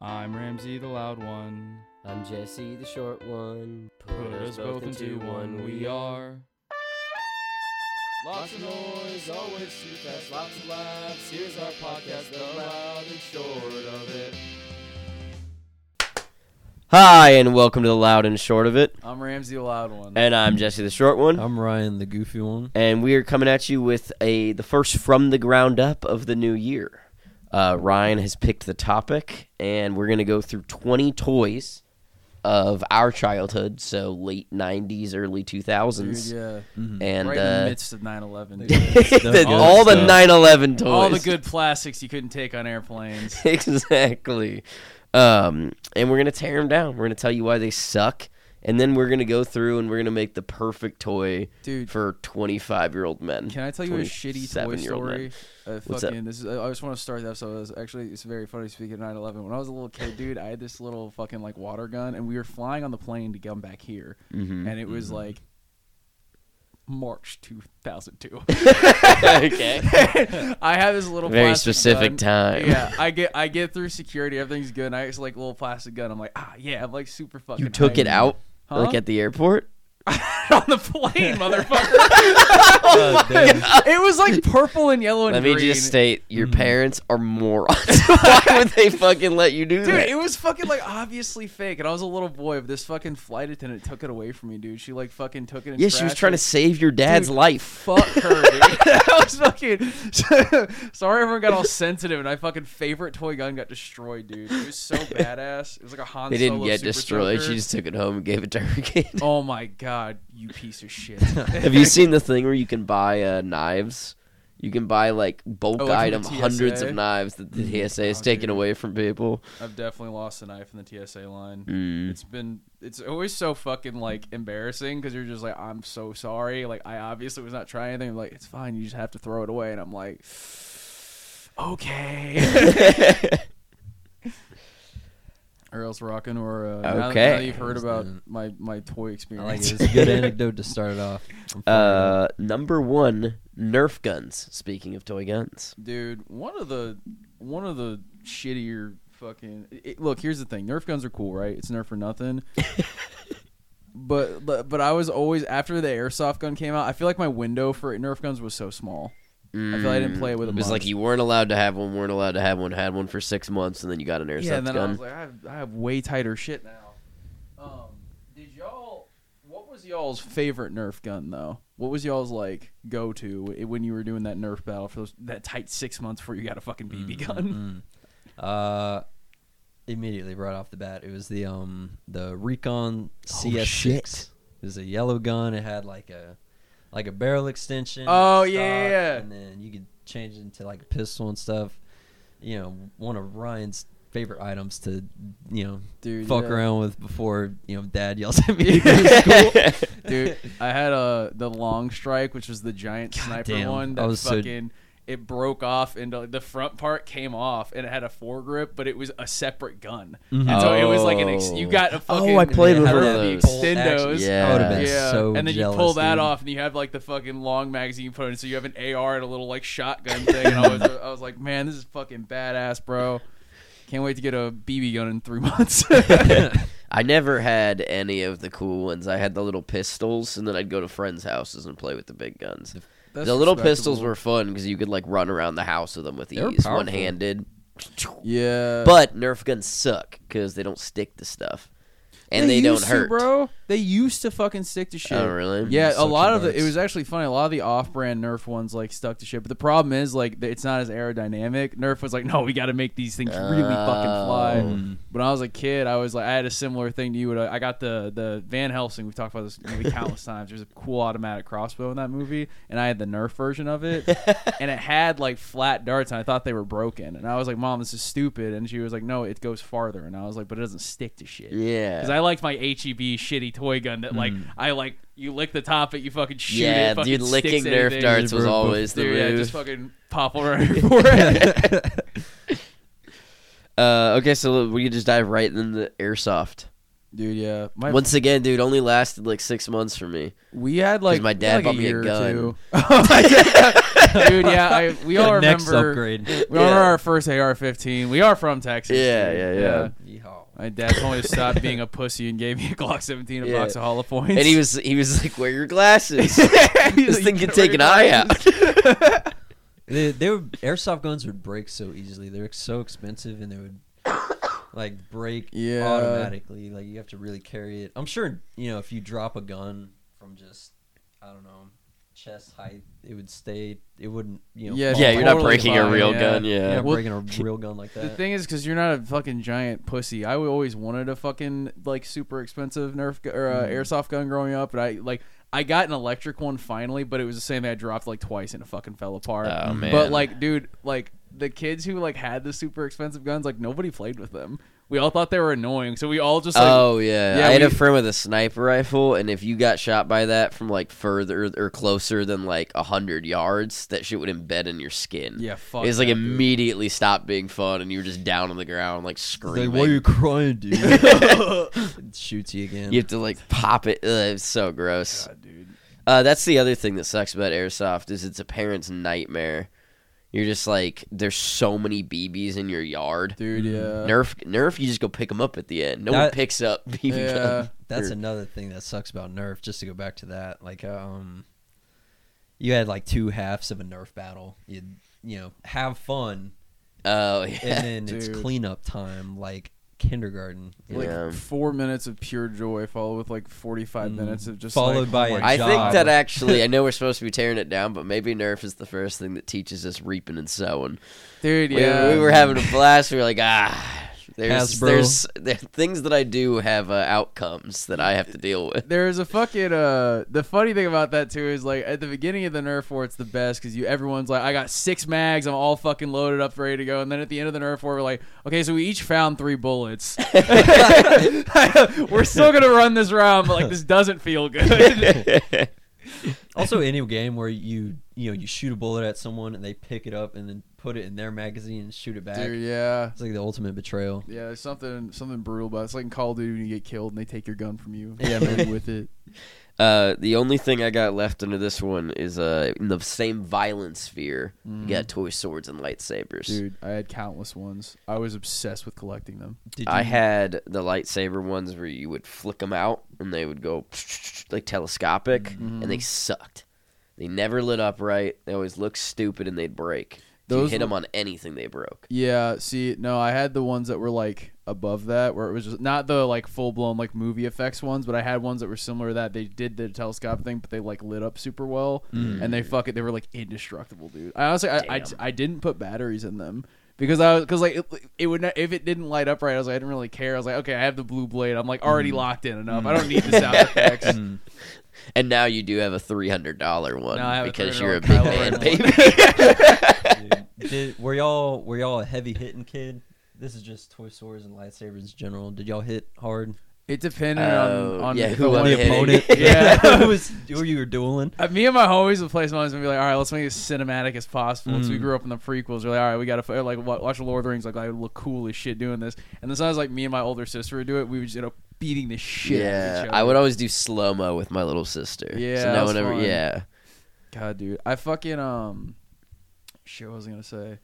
I'm Ramsey the loud one. I'm Jesse, the short one. Put us both into one, we are. Lots of noise, always too fast, lots of laughs. Here's our podcast, the loud and short of it. Hi, and welcome to the loud and short of it. I'm Ramsey the loud one. And I'm Jesse, the short one. I'm Ryan, the goofy one. And we are coming at you with a the first from the ground up of the new year. Uh, Ryan has picked the topic, and we're gonna go through 20 toys of our childhood, so late 90s, early 2000s, yeah. and right in the uh, midst of 9 11. the- All all the stuff. 9/11 toys. All the good plastics you couldn't take on airplanes. exactly. Um, and we're gonna tear them down. We're gonna tell you why they suck, and then we're gonna go through and we're gonna make the perfect toy Dude. for twenty-five-year-old men. Can I tell you a shitty toy 27-year-old man. story? Uh, What's up? fucking, this is. I I just want to start that. So it's actually, it's very funny. Speaking of 9/11, when I was a little kid, dude, I had this little fucking like water gun, and we were flying on the plane to come back here, Mm-hmm. and it was like March 2002. okay. I have this little Very plastic specific gun. time. Yeah, I get I get through security, everything's good. And I just like little plastic gun. I'm like, ah, yeah, I'm like super fucking. You took it hyped. out, Huh? like at the airport. on the plane, motherfucker. it was like purple and yellow and Oh, Let me green. just state: your Mm-hmm. parents are morons. Why would they fucking let you do Dude, that? it was fucking like obviously fake, and I was a little boy. But this fucking flight attendant took it away from me, dude. She like fucking took it. And yeah, she was trashed trying to it. save your dad's Dude, life. fuck her, dude. I was fucking. Sorry, everyone got all sensitive, and my fucking favorite toy gun got destroyed, dude. It was so badass. It was like a Han. They didn't Solo get Super destroyed. Soaker. She just took it home and gave it to her kid. Oh my god, you piece of shit. Have you seen the thing where you can buy uh, knives? You can buy like bulk Oh, like item, from the hundreds TSA? of knives that the TSA is Oh, taking dude. away from people. I've definitely lost a knife in the TSA line. Mm. It's been it's always so fucking like embarrassing because you're just like I'm so sorry. Like I obviously was not trying anything. I'm like it's fine. You just have to throw it away. And I'm like, okay. or else rocking or uh, now that- now Okay. that you've heard about my my toy experience. It's a good anecdote to start it off. I'm fired up. Uh, number one, Nerf guns. Speaking of toy guns, dude one of the one of the shittier fucking it, look here's the thing nerf guns are cool right it's nerf for nothing but, but but i was always after the airsoft gun came out i feel like my window for nerf guns was so small i feel like i didn't play it with Mm, it a was month. like you weren't allowed to have one, weren't allowed to have one, had one for six months, and then you got an airsoft yeah and then i gun. was like I have, I have way tighter shit now um did y'all what was y'all's favorite nerf gun though what was y'all's like go to when you were doing that nerf battle for those that tight six months before you got a fucking bb Mm-hmm. gun Mm, Uh, immediately right off the bat, it was the um the Oh, Recon CS6. shit. It was a yellow gun. It had like a like a barrel extension. Oh, stock, yeah. and then you could change it into like a pistol and stuff. You know, one of Ryan's favorite items to you know Dude, fuck yeah. around with before you know dad yells at me. dude. I had a the long strike, which was the giant sniper damn, one. I That was so- fucking it broke off, and the- the front part came off, and it had a foregrip, but it was a separate gun, and so it was like an ex- you got a Oh, fucking I played with curved one of the those. extendos. Yeah. I would have been Yeah, so and then jealous, you pull that dude. off, and you have like the fucking long magazine put in, so you have an AR and a little like shotgun thing. And I was, I was like, man, this is fucking badass, bro. Can't wait to get a BB gun in three months. I never had any of the cool ones. I had the little pistols, and then I'd go to friends' houses and play with the big guns. That's the little respectable. pistols were fun because you could like run around the house with them with They were ease, powerful. one handed. Yeah, But Nerf guns suck because they don't stick to stuff, and they, don't used to, hurt. bro. They used to fucking stick to shit. Oh, really? Yeah, a Suction lot of the it darts. was actually funny. A lot of the off-brand Nerf ones like stuck to shit, but the problem is like th- it's not as aerodynamic. Nerf was like, no, we got to make these things really fucking fly. Oh. When I was a kid, I was like, I had a similar thing to you. but I I got the the Van Helsing. We've talked about this movie countless times. There's a cool automatic crossbow in that movie, and I had the Nerf version of it, and it had like flat darts, and I thought they were broken. And I was like, Mom, this is stupid. And she was like, No, it goes farther. And I was like, But it doesn't stick to shit. Yeah. Because I liked my HEB shitty toy gun that, like, I like, you lick the top, it, you fucking shoot it. yeah, it fucking dude, sticks licking anything. Nerf darts was Dude, always the Dude, yeah, just move. fucking pop over your forehead. uh, okay, so we can just dive right into the airsoft. dude. Yeah, my, Once again, dude, only lasted like six months for me. we had like my dad like bought a me a year or gun. two. dude, yeah, I, we all remember. next upgrade. We all remember Yeah. our first AR-15. We are from Texas. Yeah, dude. yeah, yeah. Yeehaw. My dad told me to stop being a pussy and gave me a Glock 17 and a Yeah. box of hollow points. And he was he was like, "Wear your glasses. He's this like, thing can "Get take away an from eye me." out." They, they were airsoft guns would break so easily. They're so expensive, and they would like break Yeah. automatically. Like you have to really carry it. I'm sure you know if you drop a gun from just I don't know chest height, it would stay. It wouldn't you know. Yeah, fall yeah, you're not Totally breaking a fine, real yeah. gun. You're Yeah. not Well, breaking a real gun like that. The thing is, because you're not a fucking giant pussy. I always wanted a fucking like super expensive Nerf gu- or uh, Mm-hmm. airsoft gun growing up, but I like I got an electric one finally, but it was the same thing I dropped like twice and it fucking fell apart. Oh, But man. like, dude, like the kids who like had the super expensive guns, like nobody played with them. We all thought they were annoying, so we all just like, oh yeah. Yeah, I had a we- friend with a sniper rifle, and if you got shot by that from like further or closer than like hundred yards, that shit would embed in your skin. yeah, fuck. It's like that, dude. immediately stopped being fun, and you were just down on the ground, like screaming. crying, dude? Shoots you again. You have to like pop it. Ugh, it's so gross. God, dude. Uh, that's the other thing that sucks about airsoft is it's a parent's nightmare. You're just like, there's so many BBs in your yard. Dude, uh, yeah. Nerf, Nerf, you just go pick them up at the end. No one That- picks up BB Yeah. guns. That's Or- another thing that sucks about Nerf. Just to go back to that, like um, you had like two halves of a Nerf battle. You'd you know have fun, Oh and yeah, then it's Dude. cleanup time, like kindergarten. Like Yeah. four minutes of pure joy, followed with like forty-five Mm. minutes of just Followed like, by oh a my I think job. that actually, I know we're supposed to be tearing it down, but maybe Nerf is the first thing that teaches us reaping and sowing. dude. We- Yeah, we, were having a blast. We were like, ah, there's Hasbro. there's there, things that I do have uh, outcomes that I have to deal with. There's a fucking uh. The funny thing about that too is like at the beginning of the Nerf War, it's the best because you everyone's like, I got six mags, I'm all fucking loaded up, ready to go. And then at the end of the Nerf War, we're like, okay, so we each found three bullets. we're still gonna run this round, but like this doesn't feel good. Also, any game where you you know you shoot a bullet at someone and they pick it up and then put it in their magazine and shoot it back. Dude, yeah. It's like the ultimate betrayal. Yeah, there's something something brutal about it. It's like in Call of Duty when you get killed and they take your gun from you. Yeah, man, with it. Uh, the only thing I got left under this one is uh, in the same violent sphere. You got toy swords and lightsabers. Mm-hmm. Dude, I had countless ones. I was obsessed with collecting them. Did I you- had the lightsaber ones where you would flick them out and they would go like telescopic, Mm-hmm. and they sucked. They never lit up right. They always looked stupid and they'd break. If you Those hit were- them on anything, they broke. Yeah, see, no, I had the ones that were like above that, where it was just not the like full blown like movie effects ones, but I had ones that were similar to that. They did the telescope thing, but they like lit up super well, and they fuck it, they were like indestructible, dude. I honestly, I, I, Mm. Damn. I didn't put batteries in them because I was because like it, it would not, if it didn't light up right, I was like I didn't really care. I was like, okay, I have the blue blade, I'm like Mm. already locked in enough. I don't need the sound effects. And now you do have a three hundred dollar one Now I have a $300 because you're a big Kylo man, Ren baby. Dude, did, were y'all were y'all a heavy hitting kid? This is just toy swords and lightsabers in general. Did y'all hit hard? It depended Oh, on, on yeah, if I who was wanted the to- opponent? Yeah. who was who you were dueling? Uh, me and my homies would play some movies and be like, all right, let's make it as cinematic as possible. Once Mm. we grew up in the prequels, we're like, all right, we got to like wa- watch the Lord of the Rings. Like, I would look cool as shit doing this. And then sometimes, like, me and my older sister would do it. We would just end up beating the shit out of yeah, each other. I would always do slow mo with my little sister. Yeah, so that no was one ever. fun. Yeah, God, dude. I fucking, um, shit, what was I going to say?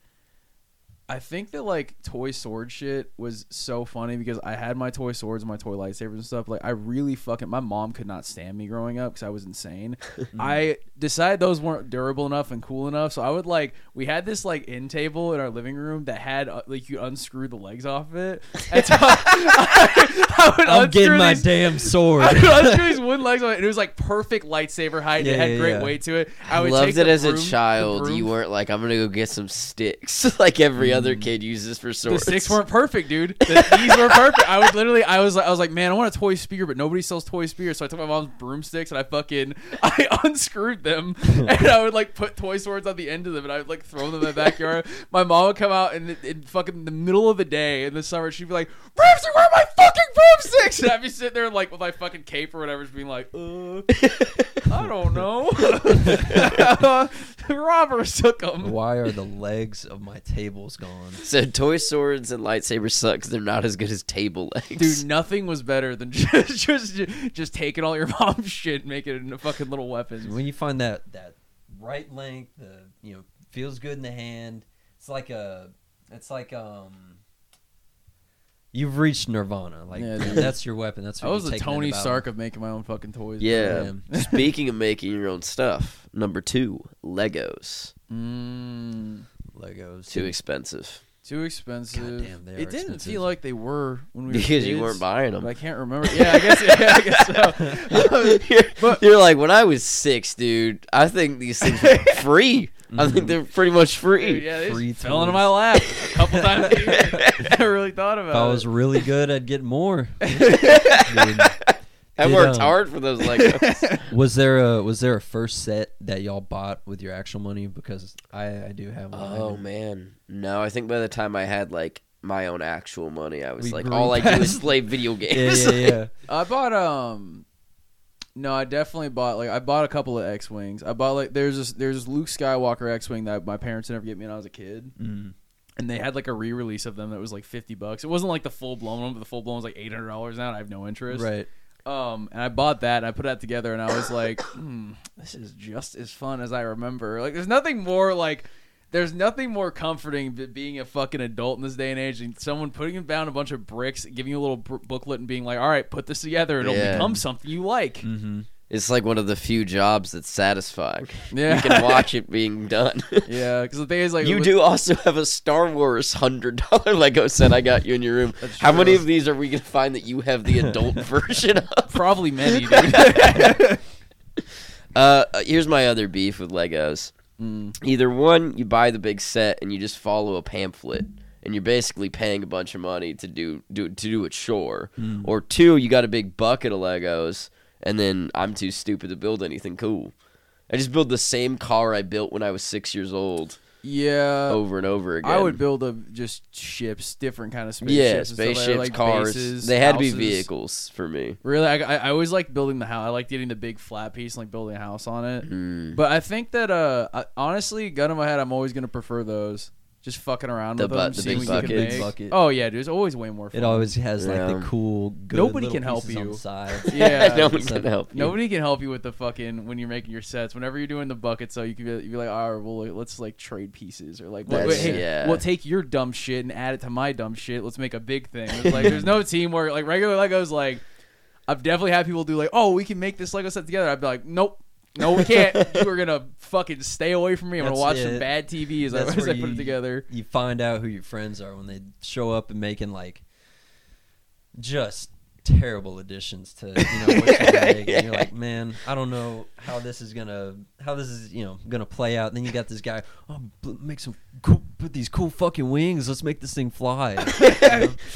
I think that, like, toy sword shit was so funny because I had my toy swords and my toy lightsabers and stuff. Like, I really fucking, my mom could not stand me growing up because I was insane. Mm-hmm. I decided those weren't durable enough and cool enough. So I would, like, we had this, like, end table in our living room that had, uh, like, you unscrew the legs off of it. And so I, I would I'm unscrew getting my these- damn sword. I would unscrew these wooden legs on it, and it was like perfect lightsaber height. and Yeah, it had yeah, great yeah. weight to it. I I would loved take it the as broom- a the child. You broom- Mm. weren't like, I'm gonna go get some sticks like every other kid uses for The swords. sticks weren't perfect, dude. The, these were perfect. I would literally, I was, I was like, man, I want a toy spear, but nobody sells toy spears. So I took my mom's broomsticks and I fucking, I unscrewed them, and I would like put toy swords on the end of them, and I would like throw them in the backyard. my mom would come out in, in fucking the middle of the day in the summer, she'd be like, Ramsey, where are my fucking boom six, and I'd be sitting there like with my fucking cape or whatever, just being like, uh, I don't know. Robbers took them. Why are the legs of my tables gone? So toy swords and lightsabers suck. 'cause They're not as good as table legs. Dude, nothing was better than just just just taking all your mom's shit and making it into fucking little weapons. When you find that that right length, the you know feels good in the hand. It's like a, it's like um. You've reached nirvana. Like Yeah, you know, dude. that's your weapon. That's I what was you the take into Tony battle. Stark of making my own fucking toys. Yeah. Yeah. Speaking of making your own stuff, number two, Legos. Mm, Legos. Too expensive too expensive. Goddamn, they are it didn't expensive. feel like they were when we were because you kids, weren't buying them. but I can't remember. Yeah, I guess. Yeah, I guess so. But- You're like, when I was six, dude. I think these things were free. I think they're pretty much free. Mm. Dude, yeah, they free just fell into toys. my lap a couple times. a year. I really thought about If I it. was really good, I'd get more. Dude, I Did, worked um, hard for those Legos. was there a was there a first set that y'all bought with your actual money? Because I I do have one. oh man, no. I think by the time I had like my own actual money, I was We like, grew all I do is past- play video Yeah, games. yeah, yeah. I bought um no, I definitely bought like I bought a couple of X Wings. I bought like there's this there's this Luke Skywalker X Wing that my parents never get me when I was a kid. Mm. And they had like a re release of them that was like fifty bucks. It wasn't like the full blown one, but the full blown was like eight hundred dollars now and I have no interest. Right. Um and I bought that and I put that together and I was like, hmm, this is just as fun as I remember. Like there's nothing more like there's nothing more comforting than being a fucking adult in this day and age and someone putting down a bunch of bricks, giving you a little br- booklet and being like, all right, put this together. It'll Yeah. Mm. become something you like. Mm-hmm. It's like one of the few jobs that's satisfying. Yeah. You can watch it being done. Yeah, because the thing is, like, You with- do also have a Star Wars hundred dollar Lego set I got you in your room. That's How many true. of these are we gonna find that you have the adult version of? probably many, dude. Uh, here's my other beef with Legos. Mm. Either one, you buy the big set and you just follow a pamphlet, and you're basically paying a bunch of money to do do to do a chore. Hmm. Or two, you got a big bucket of Legos, and then I'm too stupid to build anything cool. I just build the same car I built when I was six years old yeah. over and over again. Uh, I would build a just ships, different kind of spaceships. yeah, and stuff like- spaceships, like cars. bases, they had to houses. be vehicles for me. Really, I, I I always like building the house. I like getting the big flat piece and like building a house on it. Mm. But I think that uh, I, honestly, gun in my head, I'm always gonna prefer those. Just fucking around The with bu- them, the seeing big what you bucket. can Big make. bucket. Oh yeah, dude, it's always way more fun. It always has like the Yeah. cool. Good Nobody little can help pieces on you. the sides. Yeah. no it's one can like- help. you. Nobody can help you with the fucking when you're making your sets. Whenever you're doing the bucket, so you can be, you be like, all right, well, let's like trade pieces or like, That's- wait, hey, yeah. we'll take your dumb shit and add it to my dumb shit. Let's make a big thing. It's like, there's no teamwork. Like regular Legos, like I've definitely had people do like, oh, we can make this Lego set together. I'd be like, nope. No, we can't. you are gonna fucking stay away from me. I'm gonna That's watch some it. bad TV as, I, That's as I where put it you- together. You find out who your friends are when they show up and making like just terrible additions to you know what you're gonna make. And you're like, man, I don't know how this is gonna how this is you know gonna play out. And then you got this guy, oh, b- make some cool, put these cool fucking wings. Let's make this thing fly.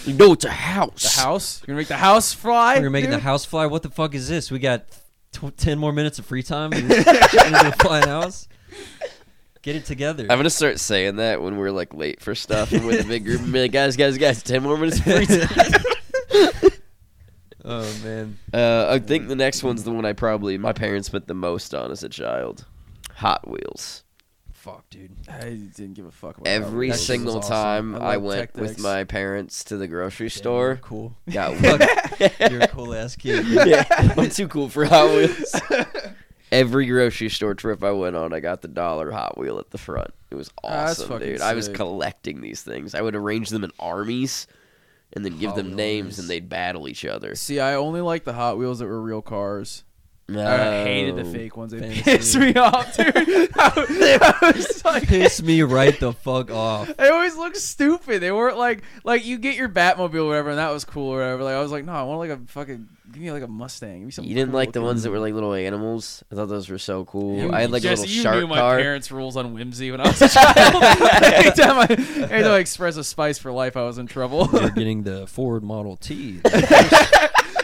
No, it's a house. The house. You're gonna make the house fly. We're making the dude? house fly. What the fuck is this? We got tw- ten more minutes of free time. and You're shitting into a flying house. Get it together. I'm gonna start saying that when we're like late for stuff and with a big group and be like, guys, guys, guys, ten more minutes. of Free time. oh man. Uh, I think the next one's the one I probably my parents put the most on as a child. Hot Wheels. Fuck, dude. I didn't give a fuck about Every that. That shit single was time awesome. I I, love went Tech with Decks. my parents to the grocery Damn, you're store, Cool. got one. Fuck, You're a cool ass kid. yeah, I'm too cool for Hot Wheels. Every grocery store trip I went on, I got the dollar Hot Wheel at the front. It was Ah, that's awesome, fucking dude. I was sick. collecting these things. I would arrange them in armies, and then give Hot them Wheel names, armies. and they'd battle each other. See, I only like the Hot Wheels that were real cars. Oh, I hated the No. fake ones. They Fantasy. pissed me off, dude. I, I was like, they Piss me right the fuck off. always looked stupid. They weren't like like you get your Batmobile or whatever, and that was cool or whatever. Like I was like, no, I want like a fucking give me like a Mustang. Give me something You didn't cool like the looking. ones that were like little animals. I thought those were so cool. You- I had like Jesse, a you little shark knew my car. parents' rules on whimsy when I was a child. every time I, every time I expressed a spice for life, I was in trouble. You're getting the Ford Model T.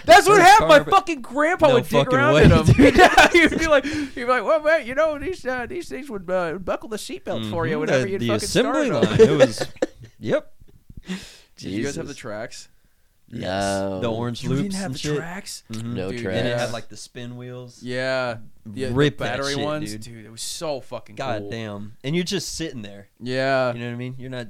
That's what First happened. car, My but- fucking grandpa No would dig fucking around way, in them. dude. he'd be like, he'd be like, well, man, you know, these uh, these things would uh, buckle the seatbelt for you Mhm, whenever the, you'd the fucking assembly start 'em." line. It was. Yep. Did you guys have the Jesus. tracks? No. The orange You loops didn't have and the shit. tracks. Mhm. No Dude, trash. And it Yeah. had like the spin wheels. Yeah, the, the Rip that battery shit, ones, dude. It was so fucking God cool. damn. And you're just sitting there. Yeah, You know what I mean? You're not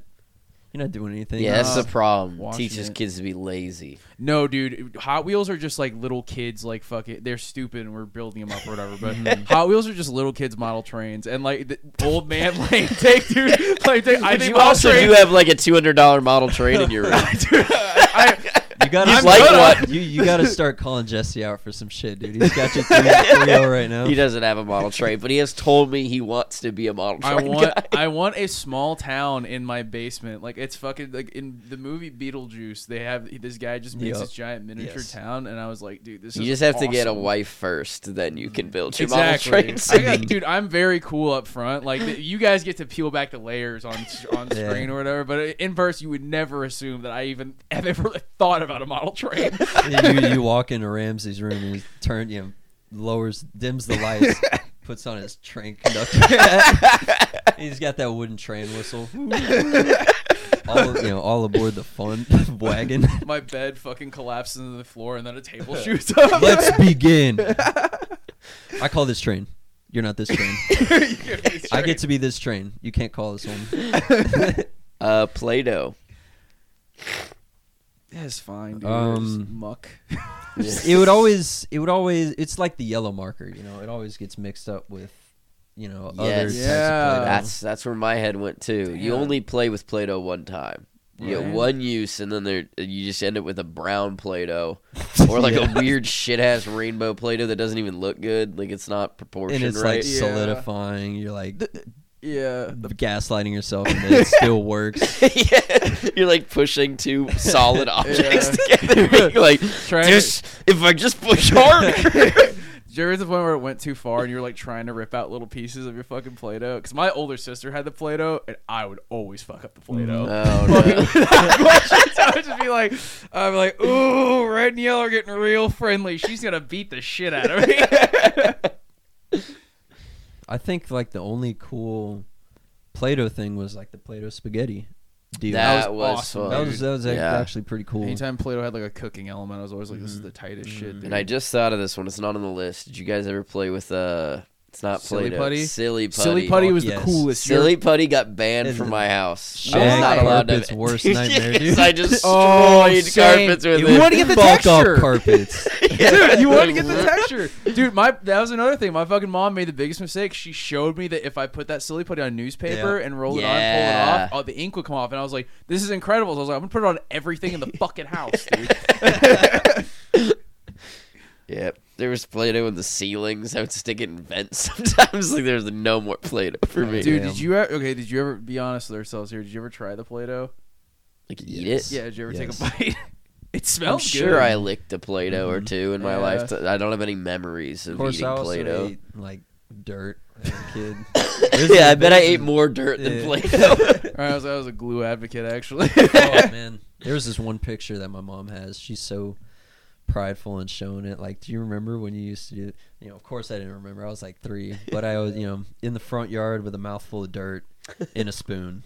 you're not doing anything. Uh, yeah, that's No. the problem. Washing Teaches Ah, it. kids to be lazy. no, dude. Hot Wheels are just like little kids. Like fuck it, they're stupid and we're building them up or whatever. But Mm-hmm. Hot Wheels are just little kids model trains and like the old man like take dude like take, I But think you model also trains- do have like a two hundred dollar model train in your room. Dude, I, You gotta He's start- like what? You you gotta start calling Jesse out for some shit, dude. He's got you three three oh right now. He doesn't have a model train, but he has told me he wants to be a model I train want guy. I want a small town in my basement. Like it's fucking like in the movie Beetlejuice, they have this guy just makes Yup. this giant miniature Yes. town, and I was like, dude, this You is just have to get a awesome. wife first, then you can build your Exactly, model I train. got, dude. I'm very cool up front. Like th- you guys get to peel back the layers on on Yeah. screen or whatever, but in person you would never assume that I even have ever thought about a model train. you, you walk into Ramsey's room and he turn you know, lowers dims the lights, puts on his train conductor hat. He's got that wooden train whistle. all you know, all aboard the fun wagon. My bed fucking collapses into the floor, and then a table shoots up. Let's begin. I call this train. You're not this train. I get to be this train. You can't call this one. uh, Play-Doh. Yeah, it's fine, dude. Um, Just muck. It would always. It would always. It's like the yellow marker. You know, it always gets mixed up with, you know, other Yes. types Yeah. of Play-Doh. That's that's where my head went too. You Uh. Damn. only play with Play-Doh one time. You get Right. one use, and then there you just end up with a brown Play-Doh or like Yeah. a weird shit-ass rainbow Play-Doh that doesn't even look good. Like it's not proportioned and it's right. like Yeah. solidifying. You're like Yeah. gaslighting yourself, and then it still works. yeah. You're like pushing two solid objects Yeah. together. You're like, Trying to- just, if I just push harder. Did you ever get to the point where it went too far and you were like trying to rip out little pieces of your fucking Play Doh? Because my older sister had the Play Doh and I would always fuck up the Play Doh. Oh, no. I would just be like, I'm like, ooh, red and yellow are getting real friendly. She's going to beat the shit out of me. I think like the only cool Play-Doh thing was like the Play-Doh spaghetti deal. That was was awesome. fun. that was that was ac- Yeah. actually pretty cool. Anytime Play Doh had like a cooking element, I was always like, this is the tightest shit. And I just thought of this one. It's not on the list. Did you guys ever play with uh? It's not Silly Play-Doh. Putty? Silly putty. Silly Putty was Yes. the coolest. Silly putty got banned And from the- my house. Shag I was not allowed to. carpet's worst nightmare, Yes, dude. I just Oh, destroyed same. carpets with You it. wanna get the Bulk texture. up carpets. Dude, you want to get the texture, dude. My that was another thing. My fucking mom made the biggest mistake. She showed me that if I put that silly putty on newspaper and roll it on, Yeah. pull it off, oh, the ink would come off. And I was like, "This is incredible." So I was like, "I'm gonna put it on everything in the fucking house, dude." Yep. There was Play-Doh in the ceilings. I would stick it in vents sometimes. Like there's no more Play-Doh for me. dude, Damn. did you ever, okay? Did you ever be honest with ourselves here? Did you ever try the Play-Doh? like eat it. Yeah, did you ever Yes. take a bite? it I'm smells sure good. I licked a Play-Doh or two in my Yeah. life. I don't have any memories of, Of course, I eating also Play-Doh. ate like dirt as a kid. yeah, I bet I ate more dirt Yeah. than Play-Doh. Or I was, I was a glue advocate actually. oh man, there was this one picture that my mom has. She's so prideful and showing it. Like, do you remember when you used to do? You know, of course I didn't remember. I was like three, but I was, you know, in the front yard with a mouthful of dirt in a spoon.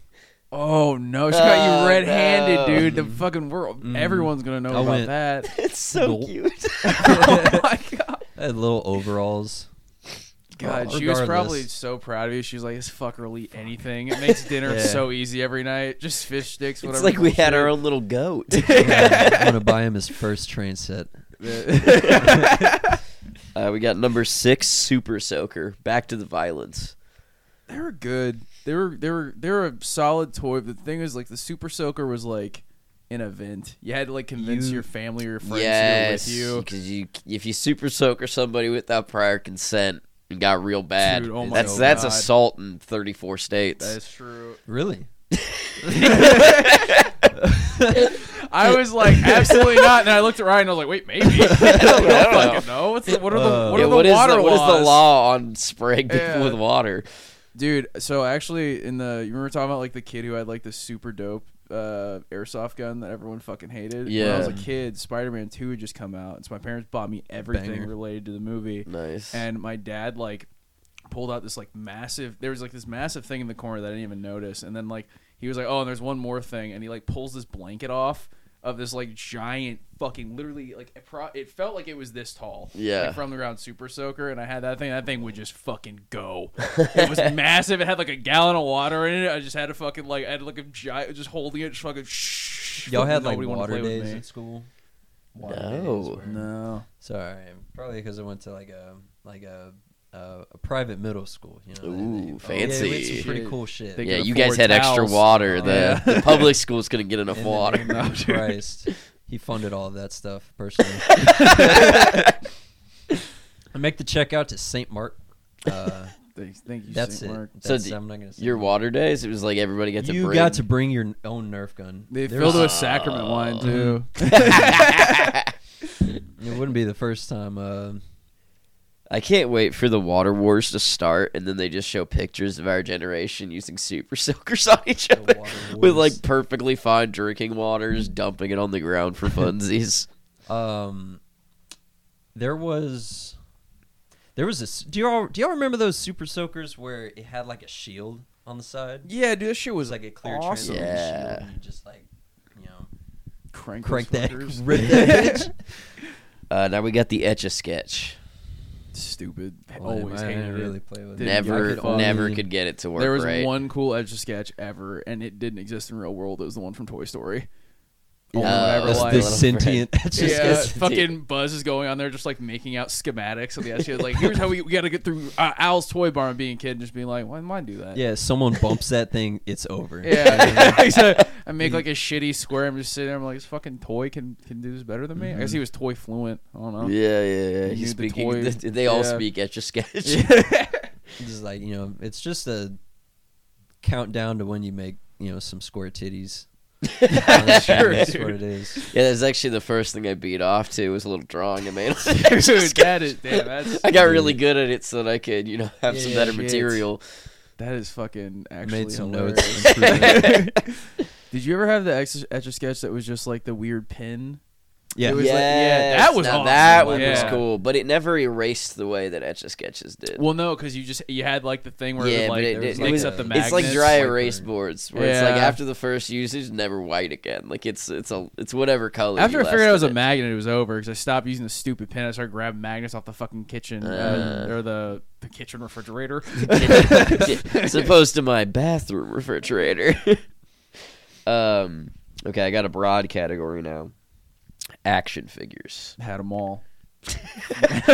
oh no, she got Oh, you red-handed, no. dude. The fucking world, Mhm. everyone's gonna know I about went- that. it's so Nope. cute. oh my god. I had little overalls. Oh, God, Well, she was regardless. probably so proud of you. She was like, "This fucker will eat anything. It makes dinner Yeah. so easy every night. Just fish sticks, whatever." It's like we had our own little goat. Yeah, I'm gonna buy him his first train set. Uh, we got number six, Super Soaker. Back to the violence. They were good. They were they were they were a solid toy. But the thing is, like, the Super Soaker was like an event. You had to like convince You- your family or your friends Yes, to go with you. because you if you Super Soaker somebody without prior consent and got real bad, Dude, oh my that's that's God. assault in 34 That states. is true. Really? I was like, absolutely not. And I looked at Ryan. and I was like, wait, maybe. I don't fucking know. What's the, what are the Uh, what are Yeah, the what is water the, what is the laws? law on spraying people Yeah. with water? Dude, so actually, in the you remember talking about like the kid who had like the super dope uh, airsoft gun that everyone fucking hated. when I was a Yeah. kid, Spider Man Two had just come out, and so my parents bought me everything Banger. related to the movie. Nice. And my dad like pulled out this like massive. There was like this massive thing in the corner that I didn't even notice, and then like he was like, "Oh, and there's one more thing," and he like pulls this blanket off. of this like giant fucking literally like it, pro- it felt like it was this tall. Yeah. Like, from the ground super soaker and I had that thing that thing would just fucking go. it was massive. It had like a gallon of water in it. I just had to fucking like I had like a giant just holding it just fucking shh. Y'all had like Nobody wanted to water play with days me. at school. Water No. days were- No. Sorry, probably because I went to like a like a a, a private middle school. You know, oh, Ooh, yeah, we had fancy. some pretty Shit. cool shit. They yeah, could you guys afford had extra towels. Oh, water. The, Yeah. the public school's couldn't get enough In the water. name of No, Christ, he funded all of that stuff personally. I make the check out to Saint Mark. Uh, Thank, thank you, that's Saint it. Mark. So That's- d- I'm not gonna say Your more. water days, it was like everybody got to you bring. got to bring your own Nerf gun. They There filled it with was- sacrament wine Mm-hmm. too. It wouldn't be the first time. Uh, I can't wait for the water wars to start, and then they just show pictures of our generation using super soakers on each The other water with wars. like perfectly fine drinking waters, dumping it on the ground for funsies. um, there was, there was this. Do y'all do y'all remember those super soakers where it had like a shield on the side? It yeah, dude, this shit was like a clear awesome. transparent shield. Yeah. And you just like, you know, Crank, crank those that, fuckers. rip that bitch. Uh, now we got the etch a sketch. Stupid. Well, Always I hated didn't it. really play with Dude, it. never, I could never only- could get it to work. There was right? one cool Edge of Sketch ever, and it didn't exist in real world. It was the one from Toy Story. Oh, Uh, whatever, That's like- the Little sentient. It's just yeah, it's- uh, fucking Buzz is going on there just like making out schematics of the Edge. Like, here's how we, we got to get through uh, Al's toy barn being a kid, and just being like, why did mine do that? yeah, someone bumps that thing, it's over. Yeah, so I make like a shitty square. I'm just sitting there. I'm like, this fucking toy can can do this better than me. I Mm-hmm. guess he was toy fluent. I don't know. Yeah, yeah, yeah. Knew He's the speaking. toy- th- They all yeah. speak etch a sketch. It's just like you know, it's just a countdown to when you make you know some square titties. Sure, that's dude. what it is. Yeah, that's actually the first thing I beat off to was a little drawing I made. Dude, that is damn. That's I got really good at it so that I could, you know, have some Yeah, better shit. material. that is fucking actually Made some hilarious. notes. and improved it. Did you ever have the etch a sketch that was just like the weird pin? yeah, It was- like- yeah, that was now awesome. that one was Yeah. cool, but it never erased the way that Etch a Sketches did. Well, no, because you just you had like the thing where yeah, it would, like but it, there it, was, it mix was- up the it's magnets. like dry Like erase the- boards where it's like Yeah. after the first usage, never white again. Like it's it's a it's whatever color. After I you figured out it was a left magnet, it was over because I stopped using the stupid pin. I started grabbing magnets off the fucking kitchen uh, Uh. or the the kitchen refrigerator. it in. as opposed to my bathroom refrigerator. um, okay, I got a broad category now. Action figures. had them all.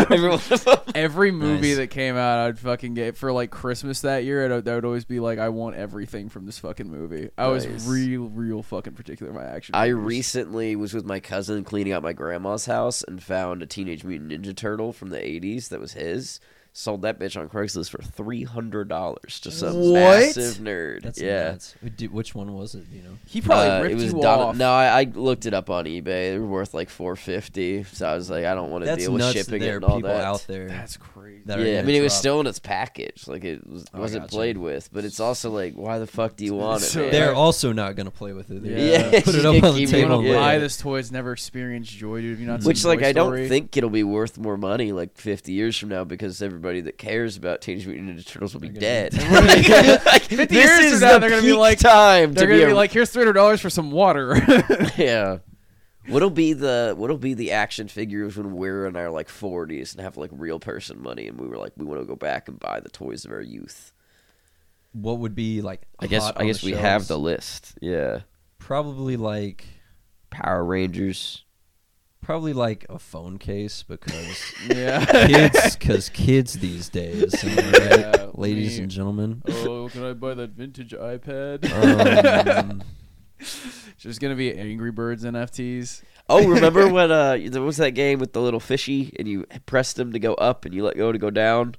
Every one of 'em. Every movie Nice. that came out, I'd fucking get for like Christmas that year. I'd, I would always be like, I want everything from this fucking movie. I Nice. was real, real fucking particular in my action. I figures. recently was with my cousin cleaning out my grandma's house and found a Teenage Mutant Ninja Turtle from the 80s that was his. Sold that bitch on Craigslist for $300 to some What? massive nerd. That's yeah. nuts. Wait, dude, which one was it? You know, he probably Uh, ripped it was you Donald- off. No, I, I looked it up on eBay. They were worth like 450 So I was like, I don't want to that's deal with nuts. shipping it that there are and people all that. out there. That's crazy. that are yeah, I gonna mean, it was drop- still in its package. Like, it was, Oh, I wasn't gotcha. played with, but it's also like, why the fuck do you want it? So man? They're also not gonna play with it. They're Yeah. gonna put it up on the Keep You table. want going. and to Yeah. buy play it. this toy? It's never experienced joy, dude. Have you not seen Which, like, Toy I don't Story? think it'll be worth more money like 50 years from now because everybody that cares about Teenage Mutant Ninja Turtles will be They're dead. gonna be Like, 50 this years from is now, the they're gonna be peak like- time They're to gonna be, be a- like, here's three hundred dollars for some water. yeah. What'll be the what'll be the action figures when we're in our like 40s and have like real person money and we were like we want to go back and buy the toys of our youth. What would be like? I guess hot I on guess the we have shelves? the list. Yeah, probably like Power Rangers. probably like a phone case because yeah. kids because kids these days am I right? Yeah, ladies me- and gentlemen Oh, can I buy that vintage iPad? um, There's gonna be Angry Birds NFTs. Oh, remember when uh there was that game with the little fishy and you pressed him to go up and you let go to go down?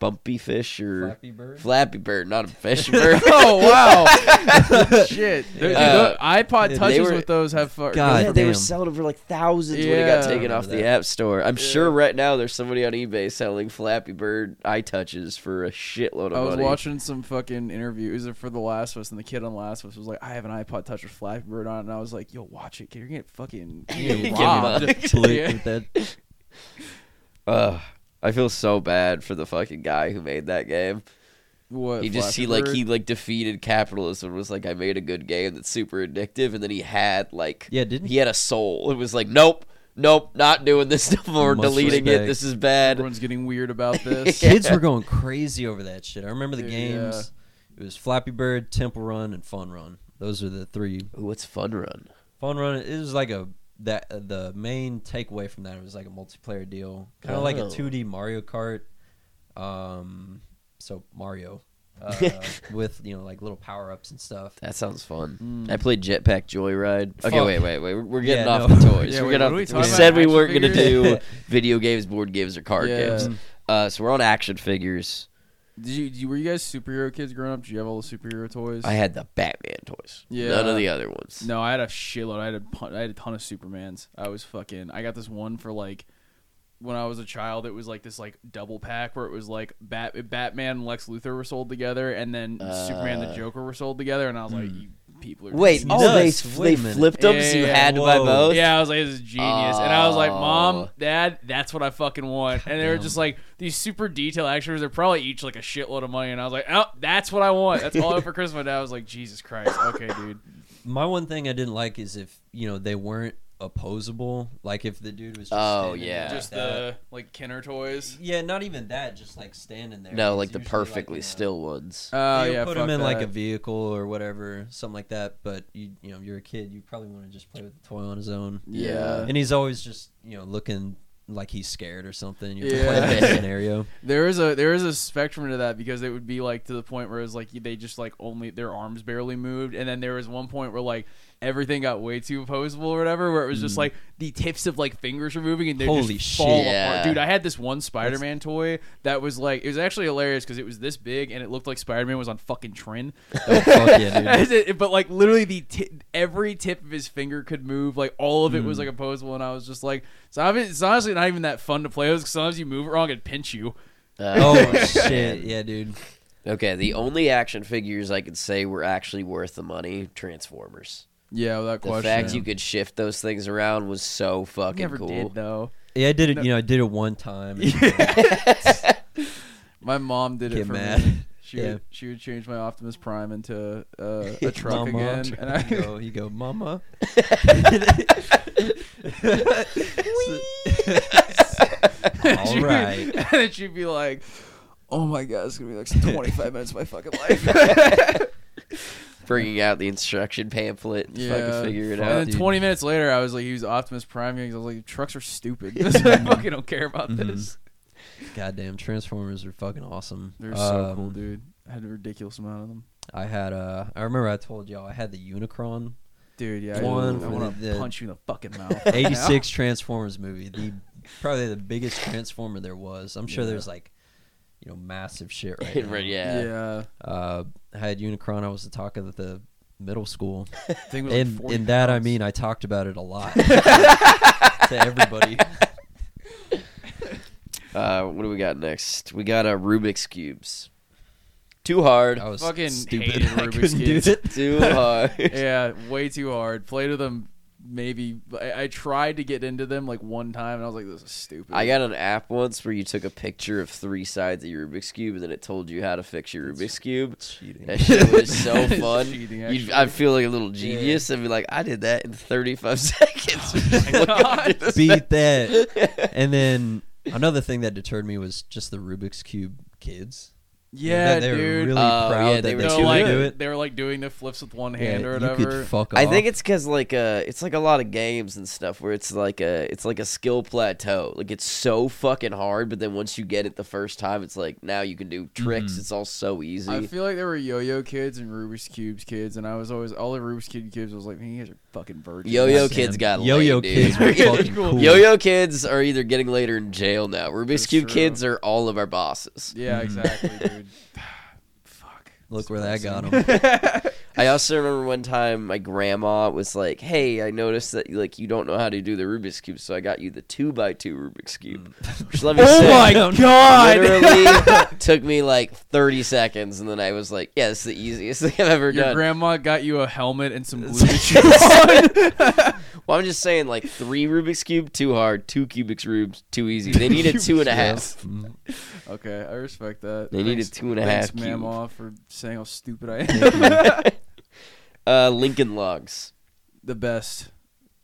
Bumpy fish or Flappy Bird? Flappy Bird, not a fish bird. oh wow! Shit, Those- dude, Uh, those iPod they touches were- with those have fu- God. yeah, they were damn. selling them for like thousands when it got Yeah. taken off the Remember app store. I'm sure right now there's somebody on eBay selling Flappy Bird eye touches for a shitload of I was money. watching some fucking interviews for The Last of Us, and the kid on Last of Us was like, "I have an iPod Touch with Flappy Bird on," it," and I was like, "Yo, watch it, kid. You're getting fucking you're Get getting robbed." mugged. bleep Yeah. with that Ugh, I feel so bad for the fucking guy who made that game. What He just he like he like defeated capitalism. and Was like I made a good game that's super addictive, and then he had like Yeah, didn't he had a soul. It was like nope, nope, not doing this stuff or Must deleting it. respect. This is bad. Everyone's getting weird about this. kids were going crazy over that shit. I remember the Dude, games. It was Flappy Bird, Temple Run, and Fun Run. Those are the three. Ooh, what's Fun Run? Fun Run. It was like a that uh, the main takeaway from that was like a multiplayer deal, kind of like a Oh. 2D Mario Kart. Um, so Mario, uh, with you know like little power ups and stuff. That sounds fun. Mm. I played Jetpack Joyride. Okay, Fuck. wait, wait, wait. We're- We're getting Yeah, off no. the toys. Yeah, we're wait, what getting off are we the- talking said about? we Action weren't going to do figures? video games, board games, or card Yeah. games. Mm. Uh, so we're on action figures. Did you, did you- were you guys superhero kids growing up? Did you have all the superhero toys? I had the Batman toys. Yeah. None of the other ones. No, I had a shitload. I had a pun- I had a ton of Supermans. I was fucking. I got this one for like when I was a child. It was like this like double pack where it was like Bat- Batman and Lex Luthor were sold together, and then Superman and Uh. the Joker were sold together. And I was like, Hmm. you people are Wait, just oh, nuts. they, Wait a they minute. flipped them so you Yeah, had to buy whoa. both? Yeah, I was like, this is genius. and I was like, Oh. Mom, Dad, that's what I fucking want. And they were Goddamn. just like, these super detailed extras are probably each like a shitload of money. And I was like, oh, that's what I want. That's all I want for Christmas. And I was like, Jesus Christ. Okay, dude. My one thing I didn't like is if you know they weren't opposable. Like if the dude was just Oh, standing yeah. there like Just that. the like Kenner toys. Yeah, not even that. Just like standing there. No, It's like the usually, perfectly you know, still ones. Uh, Oh, they'll yeah. put fuck them in like a that. vehicle or whatever, something like that. But you, you know, you're a kid. You probably want to just play with the toy on his own. Yeah. And he's always just, you know, looking like he's scared or something. You're Yeah. playing that scenario. There is a there is a spectrum to that because it would be like to the point where it was like they just like only their arms barely moved, and then there was one point where like everything got way too opposable or whatever, where it was just like the tips of like fingers were moving and they Mm. Holy just fall shit. Yeah. apart. Dude, I had this one Spider Man toy that was like it was actually hilarious because it was this big and it looked like Spider Man was on fucking trend. Oh, fuck yeah, dude. As it- but like literally the ti every tip of his finger could move like all of it Mm. was like opposable and i was just like so I mean, it's honestly not even that fun to play with 'cause sometimes you move it wrong and pinch you Uh, Oh shit, yeah, dude. Okay, the only action figures I could say were actually worth the money Transformers. yeah without The fact you could shift those things around was so fucking never cool. did though Yeah, I did it. No. You know, I did it one time. my mom did Get it for mad. me she Yeah. would she would change my optimus prime into uh, a truck Mama. again and i you go, you go, mama. All she would- right. and then she'd be like oh my god it's gonna be like 25 minutes of my fucking life Bringing out the instruction pamphlet to Yeah. fucking figure it Fuck. And out. then dude. 20 minutes later, I was like, he was Optimus Prime. and I was like, trucks are stupid. I fucking don't care about Mm-hmm. Mhm. this. Goddamn, Transformers are fucking awesome. They're so cool, Um, dude. I had a ridiculous amount of them. I had uh, I remember I told y'all I had the Unicron Dude, yeah. I- One I, for want the- to punch you in the fucking mouth. right now. 86 Transformers movie, the probably the biggest Transformer there was. I'm sure Yeah. there's like, you know, massive shit right now. Right, yeah. Yeah. Uh, I had Unicron. I was the talk of the middle school. Thing was like In 40 in that, I pounds. mean, I talked about it a lot to everybody. Uh, what do we got next? We got uh, Rubik's cubes. Too hard. I was Fucking stupid. hated I Rubik's couldn't Cubes. do it. Too hard. Yeah, way too hard. Played with them maybe. I, I tried to get into them like one time, and I was like, this is stupid. I got an app once where you took a picture of three sides of your Rubik's cube, and then it told you how to fix your Rubik's cube. Cheating. That shit was so It's fun. cheating, You'd, actually. I'd feel like a little genius and be like, "I did that in 35 seconds." Look up, God. dude. Beat that. And then another thing that deterred me was just the Rubik's cube kids. Yeah, That they were dude. really Oh, proud yeah, that they they, were they, were too could like, do it. they were like doing the flips with one hand Yeah, or You whatever. could fuck off. I think it's because like uh, it's like a lot of games and stuff where it's like a it's like a skill plateau. Like it's so fucking hard, but then once you get it the first time, it's like now you can do tricks. Mhm. It's all so easy. I feel like there were yo-yo kids and Rubik's cubes kids, and I was always all the Rubik's cube kids was like, man, you guys are fucking virgins. Yo-yo Goddamn. kids got yo-yo laid, dude. kids. Were fucking Cool. cool. Yo-yo kids are either getting later in jail now. Rubik's That's cube true. kids are all of our bosses. Yeah, exactly, dude. Fuck. Mm-hmm. Look where that got Depressing. him. I also remember one time my grandma was like, "Hey, I noticed that like you don't know how to do the Rubik's cube, so I got you the two by two Rubik's cube." Mm. Which let me Oh say, god! literally took me like 30 seconds, and then I was like, "Yeah, this is the easiest thing I've ever Your done." grandma got you a helmet and some glue to chew on. Well, I'm just saying, like three Rubik's cube, too hard. Two cubics rubes, too easy. They need a two and a half. Mm. Okay, I respect that. They need a Thanks- two and a thanks, half cube. Mamaw, for saying how stupid I am. Uh, Lincoln Logs. the best.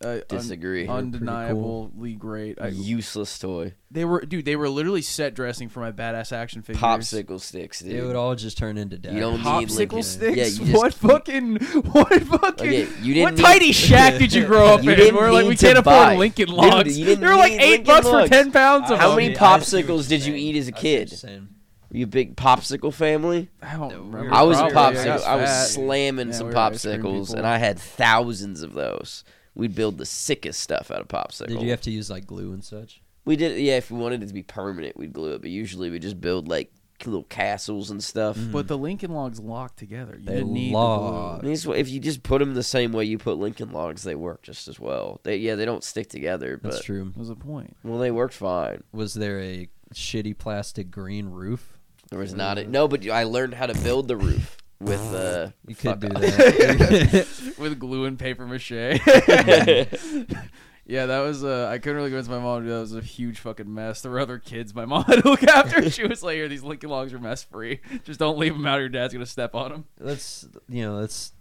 Uh, un- Disagree. undeniably great. I, Useless toy. they were, dude. They were literally set dressing for my badass action figures. Popsicle sticks, dude. It would all just turn into dad. You don't need popsicle Lincoln. sticks. Yeah, you just- what fucking, what fucking, Okay, you didn't what need- tiny shack did you grow up You in? didn't We're like, we need to can't buy. afford Lincoln You didn't- Logs. you didn't they were like need eight Lincoln bucks Logs. for ten pounds I of How them. many see- I see what popsicles you're did you saying. eat as a I see what kid? you're saying. Were you a big popsicle family? I don't No, we remember. were I was a Probably. Probably, popsicle. got I was fat. slamming Yeah, some we were ice cream popsicles, and people. I had thousands of those. We'd build the sickest stuff out of popsicle. Did you have to use like glue and such? we did, yeah. If we wanted it to be permanent, we'd glue it. But usually, we just build like little castles and stuff. Mm-hmm. But the Lincoln Logs locked together. You They didn't need I lock. the mean, it's- if you just put them the same way you put Lincoln Logs, they work just as well. They, yeah, they don't stick together, but That's true. blue. Was the point? well, they worked fine. Was there a shitty plastic green roof? There was not a, no, but I learned how to build the roof with uh, You fuck could do off. that. with glue and paper mache. yeah, that was. Uh, I couldn't really convince my mom. to do That It was a huge fucking mess. There were other kids my mom had to look after. She was like, "Here, these Lincoln Logs are mess free. Just don't leave them out. Or your dad's gonna step on them." let's you know let's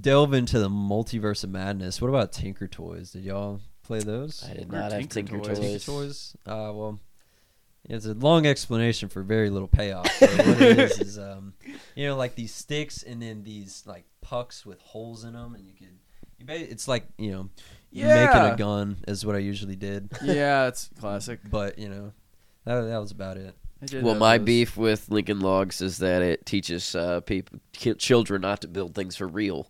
delve into the multiverse of madness. What about Tinker Toys? Did y'all play those? I did We're not have Tinker Tinker Toys. Toys. Tinker Toys. Uh, well, it's a long explanation for very little payoff. but what it is is, um, you know, like these sticks and then these like pucks with holes in them, and you could. You ba- it's like you know, making Yeah. a gun is what I usually did. yeah, it's classic. But you know, that, that was about it. I did Well, have my those. beef with Lincoln Logs is that it teaches uh, people, ki- children not to build things for real,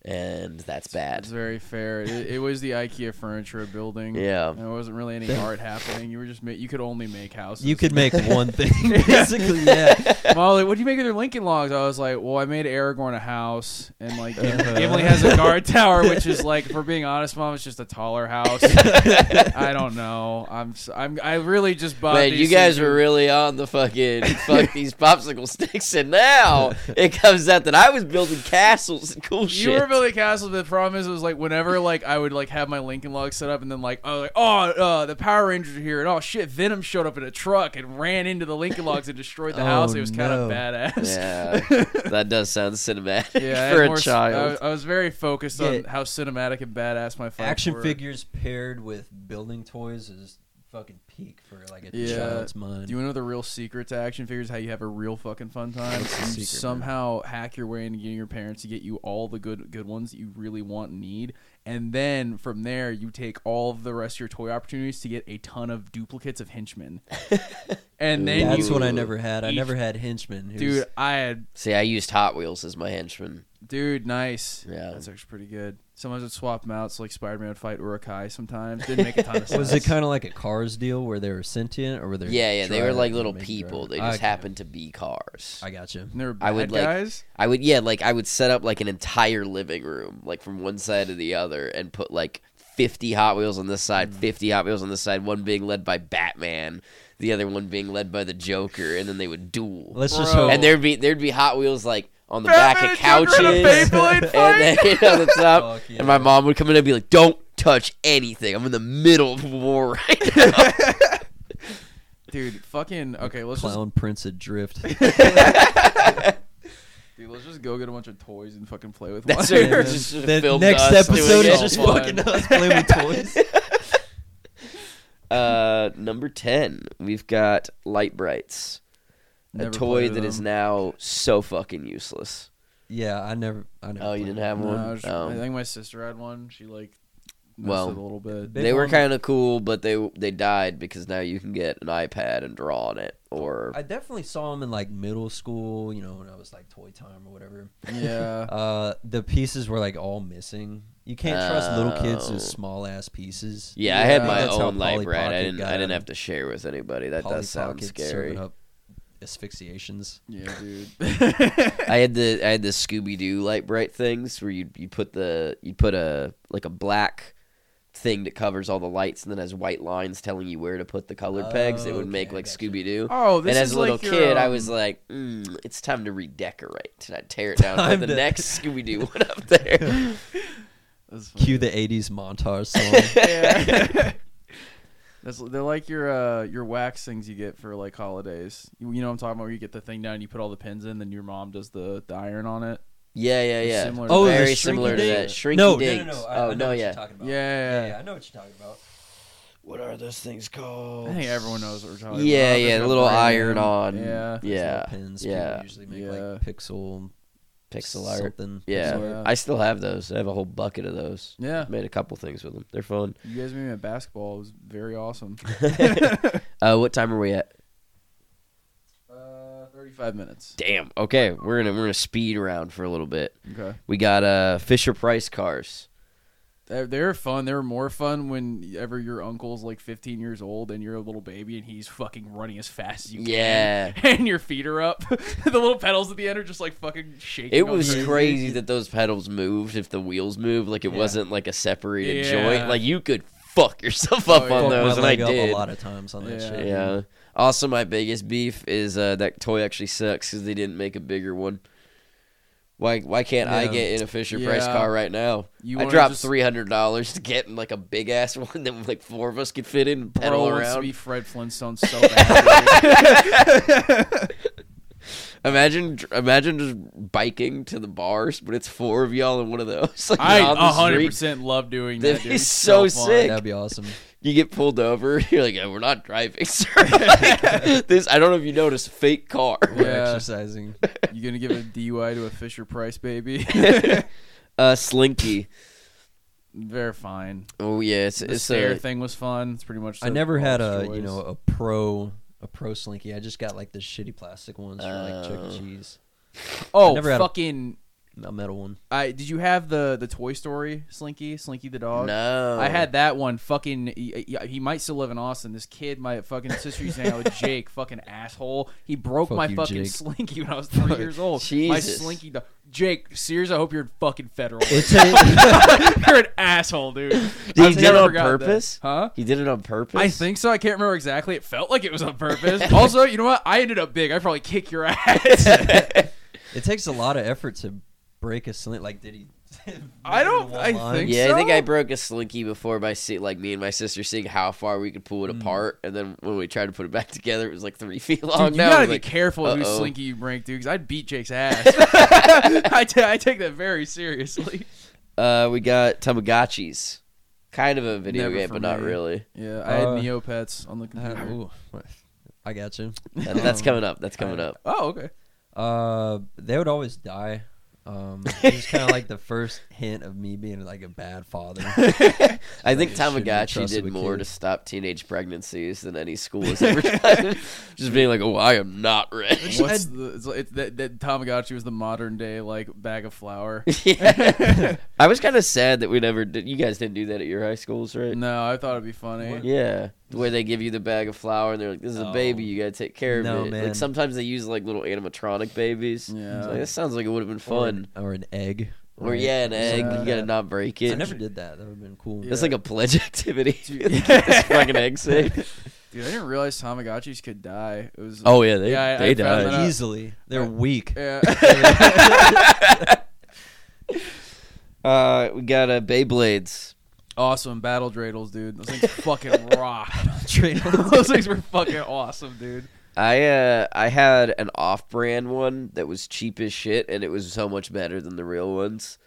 and that's bad. It's very fair. It, it was the IKEA furniture building. Yeah. and there wasn't really any art happening. You were just ma- you could only make houses. You could make one thing basically. Yeah, Molly, what do you make of their Lincoln Logs? I was like, well, I made Aragorn a house, and like Gim- Gimli has a guard tower, which is like, if we're being honest, mom, it's just a taller house. I don't know. I'm, s- I'm, I really just bought. Man, these you guys things- were really on the fucking fuck these popsicle sticks, and now it comes out that I was building castles and cool shit. You were building castles, but the problem is, it was like whenever like I would like have my Lincoln log set up, and then like oh like, oh uh, the Power Rangers are here, and oh shit, Venom showed up in a truck and ran into the Lincoln logs and destroyed the Oh, house. It was kind no. of badass. yeah, that does sound cinematic Yeah, I had for more a s- I child. was- I, was very focused on Yeah. how cinematic and badass my fights action were. figures paired with building toys is fucking peak for like a Yeah. child's mind. Do you want to know the real secret to action figures? How you have a real fucking fun time? What's the You secret, man? somehow hack your way into getting your parents to get you all the good good ones that you really want and need, and then from there you take all of the rest of your toy opportunities to get a ton of duplicates of henchmen. and then That's you, what I never had. I each- never had henchmen. who's- dude. I had See, I used Hot Wheels as my henchman. dude, nice. Yeah. that's actually pretty good. Sometimes I'd swap them out, so like Spider Man would fight Urukai. Sometimes didn't make a ton of sense. was it kind of like a Cars deal where they were sentient or were they? Yeah, yeah, they were drive- like little make people. drive- They I just get it. happened to be cars. I got you. And they were I would, bad like- guys. I would yeah, like I would set up like an entire living room, like from one side to the other, and put like fifty Hot Wheels on this Mm. side, fifty Hot Wheels on this side, one being led by Batman, the other one being led by the Joker, and then they would duel. Let's just Bro. hope. and there'd be there'd be Hot Wheels like on the back Batman of and couches, Joker in a Beyblade fight? and then on the top. Fuck And my yeah. mom would come in and be like, "Don't touch anything. I'm in the middle of war right now." dude. Fucking okay. Let's just Clown Prince Adrift. Dude, let's just go get a bunch of toys and fucking play with That's one. right, man. Just- should've the filmed next us doing episode is it. just Fun. fucking us playing with toys. Uh, number ten, we've got Light Brights, a Never toy played that with is them. now so fucking useless. yeah, I never. I never Oh, you played didn't have No, one. I, was- Um, I think my sister had one. She like messed Well, it a little bit. big they were one. kind of cool, but they they died because now you can get an iPad and draw on it. Or I definitely saw them in like middle school. You know, when I was like toy time or whatever. yeah, Uh, the pieces were like all missing. You can't trust little kids Oh. with small ass pieces. yeah, I had Yeah. my That's how own Light Polly Bright. I Pocket didn't got I didn't him. have to share with anybody. That Polly does sound Pockets scary. serving up asphyxiations. yeah, dude. I had the I had the Scooby Doo light bright things where you you put the you put a like a black thing that covers all the lights and then has white lines telling you where to put the colored pegs. It would Okay, make I like gotcha. Scooby Doo. Oh, this and as is a little like your, kid, I was um, like, mm, "It's time to redecorate." And I tear it down, and Time put the to- next Scooby Doo one up there. That's funny. Cue the '80s montage song. That's, they're like your uh, your wax things you get for like holidays. You, you know what I'm talking about? Where you get the thing down, and you put all the pins in, then your mom does the, the iron on it. Yeah, yeah, It's yeah. similar to oh, Oh, that. very the similar to Shrinky that. Dinks? Shrinky no, dinks. No, no, no. I, oh I know no, what yeah. You're talking about. Yeah, yeah, yeah, I know what you're talking about. What are those things I called? think everyone knows what we're talking Yeah, about. yeah, There's a the little brand iron name. on. Yeah. yeah, Those little pins. yeah. People usually make like Yeah. pixel, Pixel art. something. Yeah. Yeah. I still have those. I have a whole bucket of those. Yeah. Made a couple things with them. They're fun. You guys made me at basketball. It was very awesome. Uh, what time are we at? uh, 35 minutes. Damn. Okay, we're gonna we're gonna speed around for a little bit. Okay. We got uh Fisher Price cars. They're, they're fun. They're more fun whenever your uncle's like 15 years old and you're a little baby and he's fucking running as fast as you can. Yeah. And your feet are up. the little pedals at the end are just like fucking shaking. It all was crazy. crazy that those pedals moved if the wheels moved. Like it Yeah. wasn't like a separated Yeah. Oh, joint. Like you could fuck yourself up yeah. on Fuck Fucked those, my and I leg up did. a lot of times on that Yeah. shit. Yeah. Also, my biggest beef is uh, that toy actually sucks because they didn't make a bigger one. Why? Why can't I Yeah. get in a Fisher Price Yeah. car right now? You I wanna dropped just- three hundred dollars to get in like a big ass one that like four of us could fit in and pedal Bro wants to around. be Fred Flintstone so bad. dude. Imagine, dr- imagine just biking to the bars, but it's four of y'all in one of those. Like I on the street. 100% love doing that. That'd dude. be It's so fun. sick. That'd be awesome. you get pulled over. You're like, "Oh, we're not driving, sir. Like, this I don't know if you noticed, fake car. We're Yeah. exercising. You gonna give a DUI to a Fisher Price baby? uh, Slinky. They're fine. Oh yeah, it's The it's stair a, thing was fun. It's pretty much. I the never had a college you know choice. a pro a pro slinky. I just got like the shitty plastic ones for like Chuck Oh. E. Cheese, oh never had a- fucking. a metal one. I did you have the the Toy Story Slinky Slinky the dog? No, I had that one. Fucking, he, he might still live in Austin. This kid, my fucking sister used to hang out with Jake. Fucking asshole. He broke Fuck my you, fucking Jake. Slinky when I was three years old. My Jesus. Slinky dog. Jake, Sears. I hope you're in fucking federal. It's a, you're an asshole, dude. Did I've he did it never on forgotten that. purpose? Huh? He did it on purpose. I think so. I can't remember exactly. It felt like it was on purpose. also, you know what? I ended up big. I probably kick your ass. it takes a lot of effort to break a slink. Like did he? I don't- make it I in one line? think- Yeah, I think I so? broke a slinky before by see, like me and my sister seeing how far we could pull it apart, and then when we tried to put it back together, it was like three feet long. Mm. Dude, you now gotta It's be like, careful who uh-oh. slinky you bring, dude. Because I'd beat Jake's ass. I, ta- I take that very seriously. Uh, we got Tamagotchis, kind of a video Never game, for but not me. really. Yeah, I had Uh, Neopets on the I had- computer. ooh, what- I got you. That- that's Um, coming up. That's coming I- up. Oh, okay. Uh, they would always die. Um, it was kind of like the first hint of me being like a bad father. I think you shouldn't be Tamagotchi trusted did with more to kids. stop teenage pregnancies than any school has ever done. Just being like, "Oh, I am not ready." What's the, it's, like- it's that, that Tamagotchi was the modern day like bag of flour. Yeah. I was kind of sad that we never did. You guys didn't do that at your high schools, right? no, I thought it'd be funny. Yeah, where they give you the bag of flour and they're like, "This is a No. baby, you gotta take care of No, it." Like man. sometimes they use like little animatronic babies. Yeah. It's like, this sounds like it would have been Or fun. an- or an egg, Or, right? yeah, an egg, Yeah. you gotta not break it. I never did that. That would have been cool. Yeah. It's like a pledge activity. Dude. Keep this fucking egg safe. Dude, I didn't realize Tamagotchis could die. It was Oh yeah, they Yeah, I- they I found died. that out. Easily, they're I- weak. yeah. Uh, we got uh, Beyblades. awesome battle dreidels, dude. Those things fucking rock. Dreidels. Those things were fucking awesome, dude. I uh I had an off-brand one that was cheap as shit, and it was so much better than the real ones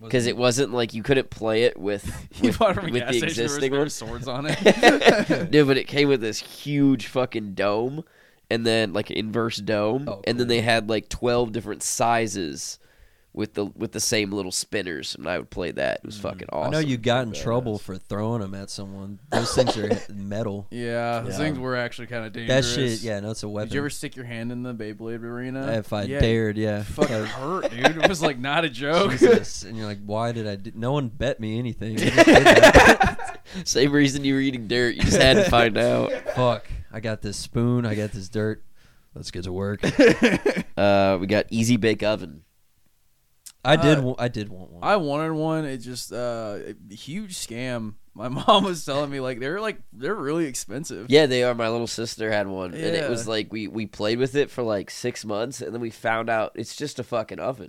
because it wasn't like you couldn't play it with You with, bought them at a with gas the station, there was- there existing one. were swords on it. no, but it came with this huge fucking dome, and then like inverse dome, Oh, and then cool. they had like twelve different sizes with the with the same little spinners, and I would play that. It was fucking awesome. I know you got in Badass. trouble for throwing them at someone. Those things are metal. yeah, those Yeah. things were actually kind of That dangerous. shit, yeah, no, it's a weapon. Did you ever stick your hand in the Beyblade arena? if I yeah, dared, yeah. it Fucking Like, hurt, dude. It was like not a Oh, joke. Jesus. And you're like, why did I do? No one bet me anything. I just did that. Same reason you were eating dirt. You just had to find out. Fuck. I got this spoon. I got this dirt. Let's get to work. Uh, we got Easy Bake Oven. I did. Uh, wa- I did want one. I wanted one. It just uh, a huge scam. My mom was telling me like they're like they're really expensive. Yeah, they are. My little sister had one, and it Yeah. was like we we played with it for like six months, and then we found out it's just a fucking oven.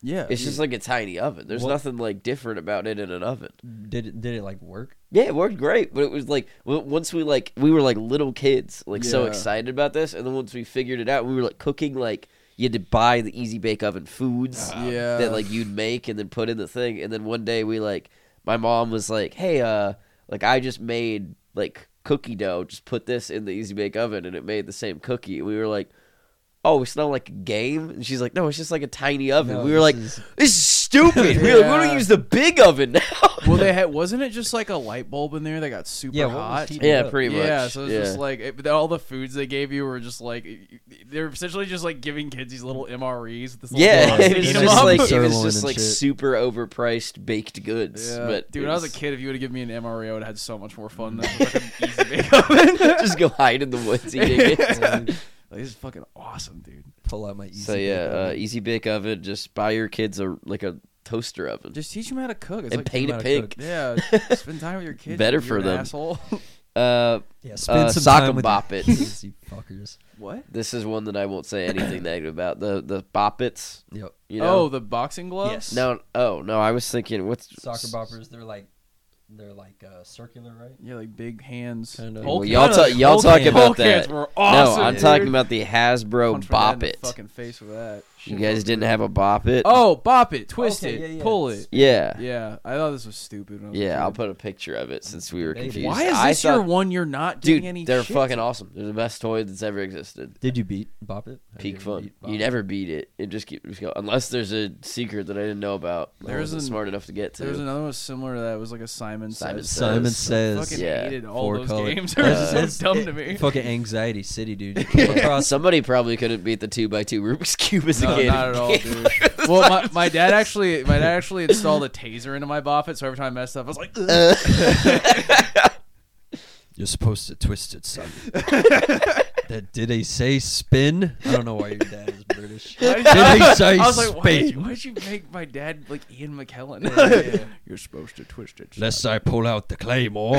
Yeah, It's just like a tiny oven. There's What- nothing like different about it in an oven. Did it, did it like work? Yeah, it worked great, but it was like w- once we like we were like little kids, like so Yeah. excited about this, and then once we figured it out, we were like cooking like you had to buy the easy bake oven foods Yeah. that like you'd make and then put in the thing, and then one day we like my mom was like, "Hey, uh, like I just made like cookie dough, just put this in the easy bake oven, and it made the same cookie." And we were like. Oh, it's not like a game. And she's like, no, it's just like a tiny oven. No, we were this like, is- this is stupid. We were like, we Yeah. don't use the big oven now. well, they had wasn't it just like a light bulb in there that got super Yeah, what was hot? heating Yeah, up? pretty much. Yeah, so it's yeah. just like it, all the foods they gave you were just like they're essentially just like giving kids these little MREs. With this little yeah, box to it was eat just them up. like it was Sirloin just and like shit. super overpriced baked goods. Yeah. But dude, it when I was a kid, if you would have given me an MRE, I would have had so much more fun than a fucking easy bake oven. just go hide in the woods eating it. like, this is fucking awesome, dude. Pull out my easy. so yeah, bake uh, oven. easy bake oven. Just buy your kids a like a toaster oven Just teach them how to cook. It's and like, paint how it to pink. yeah, spend time with your kids. Better you're for an them. Asshole. Uh, yeah, spend uh, some sock time and with bop your it. kids, you fuckers. what? this is one that I won't say anything negative about. The the boppets. Yep. You know. Oh, the boxing gloves. Yes. no. Oh no. I was thinking what's Soccer boppers, they're like, they're like uh, circular, right? Yeah, like big hands. Kinda. Hulk- Well, y'all kinda ta- like y'all Hulk talk hands. about Hulk hands that. were awesome, no, I'm dude. talking about the Hasbro Punch my dad in Bop the It. Fucking face with that. You Shit guys was didn't good. have a Bop It? Oh, bop it, twist Okay, it, yeah, yeah. pull it. yeah. Yeah, I thought this was stupid. when I was a Yeah, I'll kid. put a picture of it since we were Baby. confused. Why is I this your thought- one? You're not doing dude? any. they're shit fucking to? awesome. They're the best toy that's ever existed. Did you beat bop it? Have you Peak ever fun. beat Bop You It? never beat it. It just keeps going. Unless there's a secret that I didn't know about. I There's wasn't an- smart enough to get to. There was another one similar to that. It was like a Simon. Simon Says. Simon Says. I says fucking Yeah. hated all four those color. games. They were That's- so that's- dumb it- to me. Fucking anxiety city, dude. You come across Somebody probably couldn't beat the two by two Rubik's cube as a No, kid. not at all, dude. well, my, my dad actually, my dad actually installed a taser into my boffet, so every time I messed up, I was like, "Ugh." Uh, You're supposed to twist it, son. that, did they say spin? I don't know why your dad is British. Why did Did you- he say I was like, why did, you, spin? why did you make my dad like Ian McKellen? You're supposed to twist it. Lest I pull out the claymore.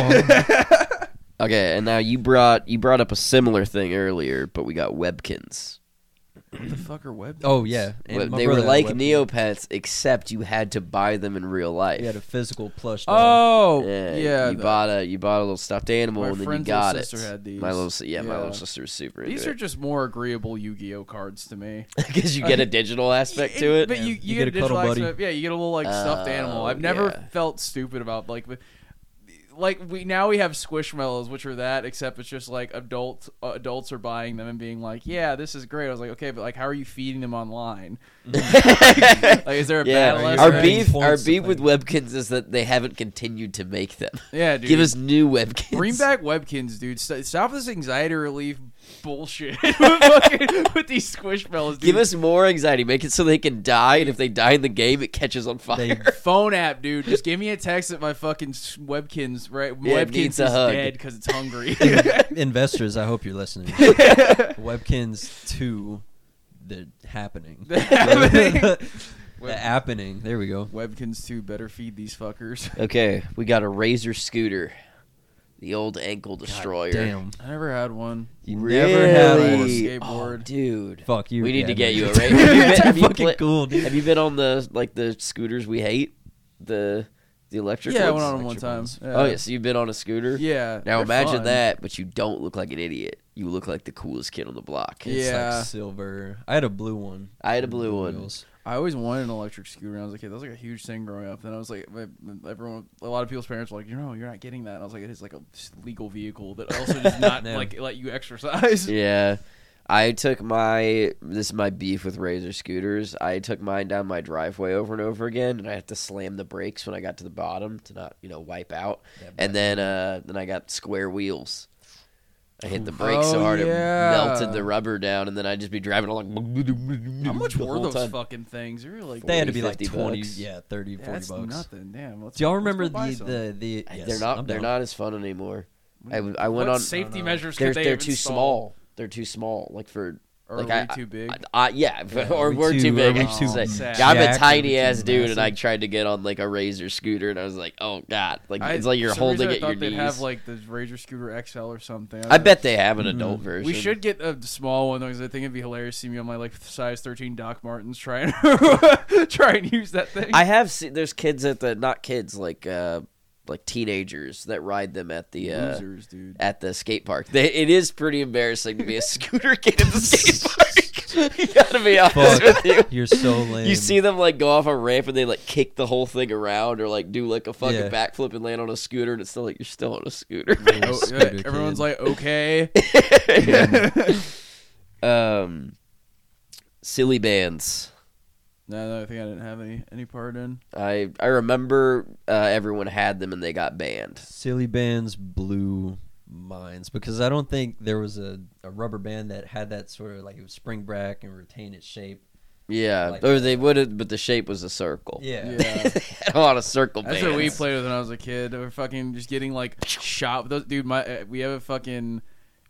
Okay, and now you brought you brought up a similar thing earlier, but we got Webkins. What the fuck are web? oh yeah, and Web- my they were brother had a like webcam. Neopets, except you had to buy them in real life. He had a physical plush. doll. Oh yeah. Yeah, you bought a you bought a little stuffed animal My and then you friend's got little sister it. had these. My little si- yeah, my Yeah. little sister was super these into are just more agreeable Yu-Gi-Oh cards to me. because you get a digital aspect to Yeah, it. But you, Yeah. you, You get, get a a cuddle digital buddy. aspect- Yeah, you get a little like stuffed animal. Oh, I've never yeah. felt stupid about like with- like we now we have squishmallows, which are that, except it's just like adults uh, adults are buying them and being like, yeah, this is great. I was like, okay, but like, how are you feeding them online? like, is there a battle? yeah, less our aspect? range beef our points to beef with play. Webkins is that they haven't continued to make them. Yeah, dude. Give us new Webkins. Bring back Webkins, dude. St- Stop this anxiety relief bullshit with, fucking, with these squishmallows. Dude. Give us more anxiety. Make it so they can die, and if they die in the game, it catches on fire. They- phone app, dude. Just give me a text that my fucking s- Webkins right. Yeah, it Webkins needs is a hug. dead because it's hungry. Investors, I hope you're listening. Webkins two, the happening. The happening. the happening. There we go. Webkins too. Better feed these fuckers. okay, we got a Razor scooter, the old ankle destroyer. Damn. I never had one. You never had one. Really? one. Skateboard. Oh, dude. Fuck you. we need to Gavin. get you a You're Razor. Have you been- have you fucking pla- cool, dude. Have you been on the like the scooters we hate? The the electric yeah, I ones? went on them one electric time. ones. Yeah. Oh yeah, so you've been on a scooter? Yeah. Now they're imagine fun. that, but you don't look like an idiot. You look like the coolest kid on the block. Yeah. It's like silver. I had a blue one. I had a blue Blue one. wheels. I always wanted an electric scooter when I was a kid. That was like a huge thing growing up. Then I was like, my- my- everyone, a lot of people's parents were like, you know, you're not getting that. And I was like, it is like a legal vehicle that also does not Yeah. like let you exercise. Yeah. I took my this is my beef with Razor scooters. I took mine down my driveway over and over again, and I had to slam the brakes when I got to the bottom to not you know wipe out. That and then uh, then I got square wheels. I hit the brakes so Oh, hard yeah. it melted the rubber down, and then I'd just be driving along. How much the were whole those time. fucking things? They were like, They had to be 40, like 50 twenty, bucks. yeah, 30, 40 that's bucks. nothing. Damn. Let's, Do y'all let's go remember buy the, some. the the? Yes, they're not I'm they're down. not as fun anymore. I, w- I What went on. safety no. measures. They're could they they're have too installed? small. They're too small. Like for Or Like, are I- we too big? I, I, yeah, or we we're too, too- big. are I we should too say. sad? Yeah, I'm jacked? a Are we tiny too ass dude, and I massive? tried to get on like a razor scooter, and I was like, oh god, like I- it's like you're for some reason holding I it your thought they'd knees. have like the Razor Scooter XL or something. I bet they have an adult Mm. version. We should get a small one though, 'cause I think it'd be hilarious to see me on my like size 13 Doc Martens trying try and use that thing. I have seen there's kids at the not kids like uh like teenagers that ride them at the uh, Losers, dude. at the skate park. They, it is pretty embarrassing to be a scooter kid at the skate park. you gotta be honest Fuck. with you. You're so lame. You see them like go off a ramp and they like kick the whole thing around or like do like a fucking Yeah. backflip and land on a scooter and it's still like you're still on a scooter. Lame Oh, yeah, scooter everyone's kid. like, okay. um, silly bands. no, no, I think I didn't have any any part in. I I remember uh, everyone had them and they got banned. silly bands blew minds because I don't think there was a, a rubber band that had that sort of like it was spring back and retain its shape. Yeah, Like- or they would have, but the shape was a circle. Yeah. Yeah. a lot of circle That's bands. what we played with when I was a kid. We're fucking just getting like shot. Those dude, my uh, we have a fucking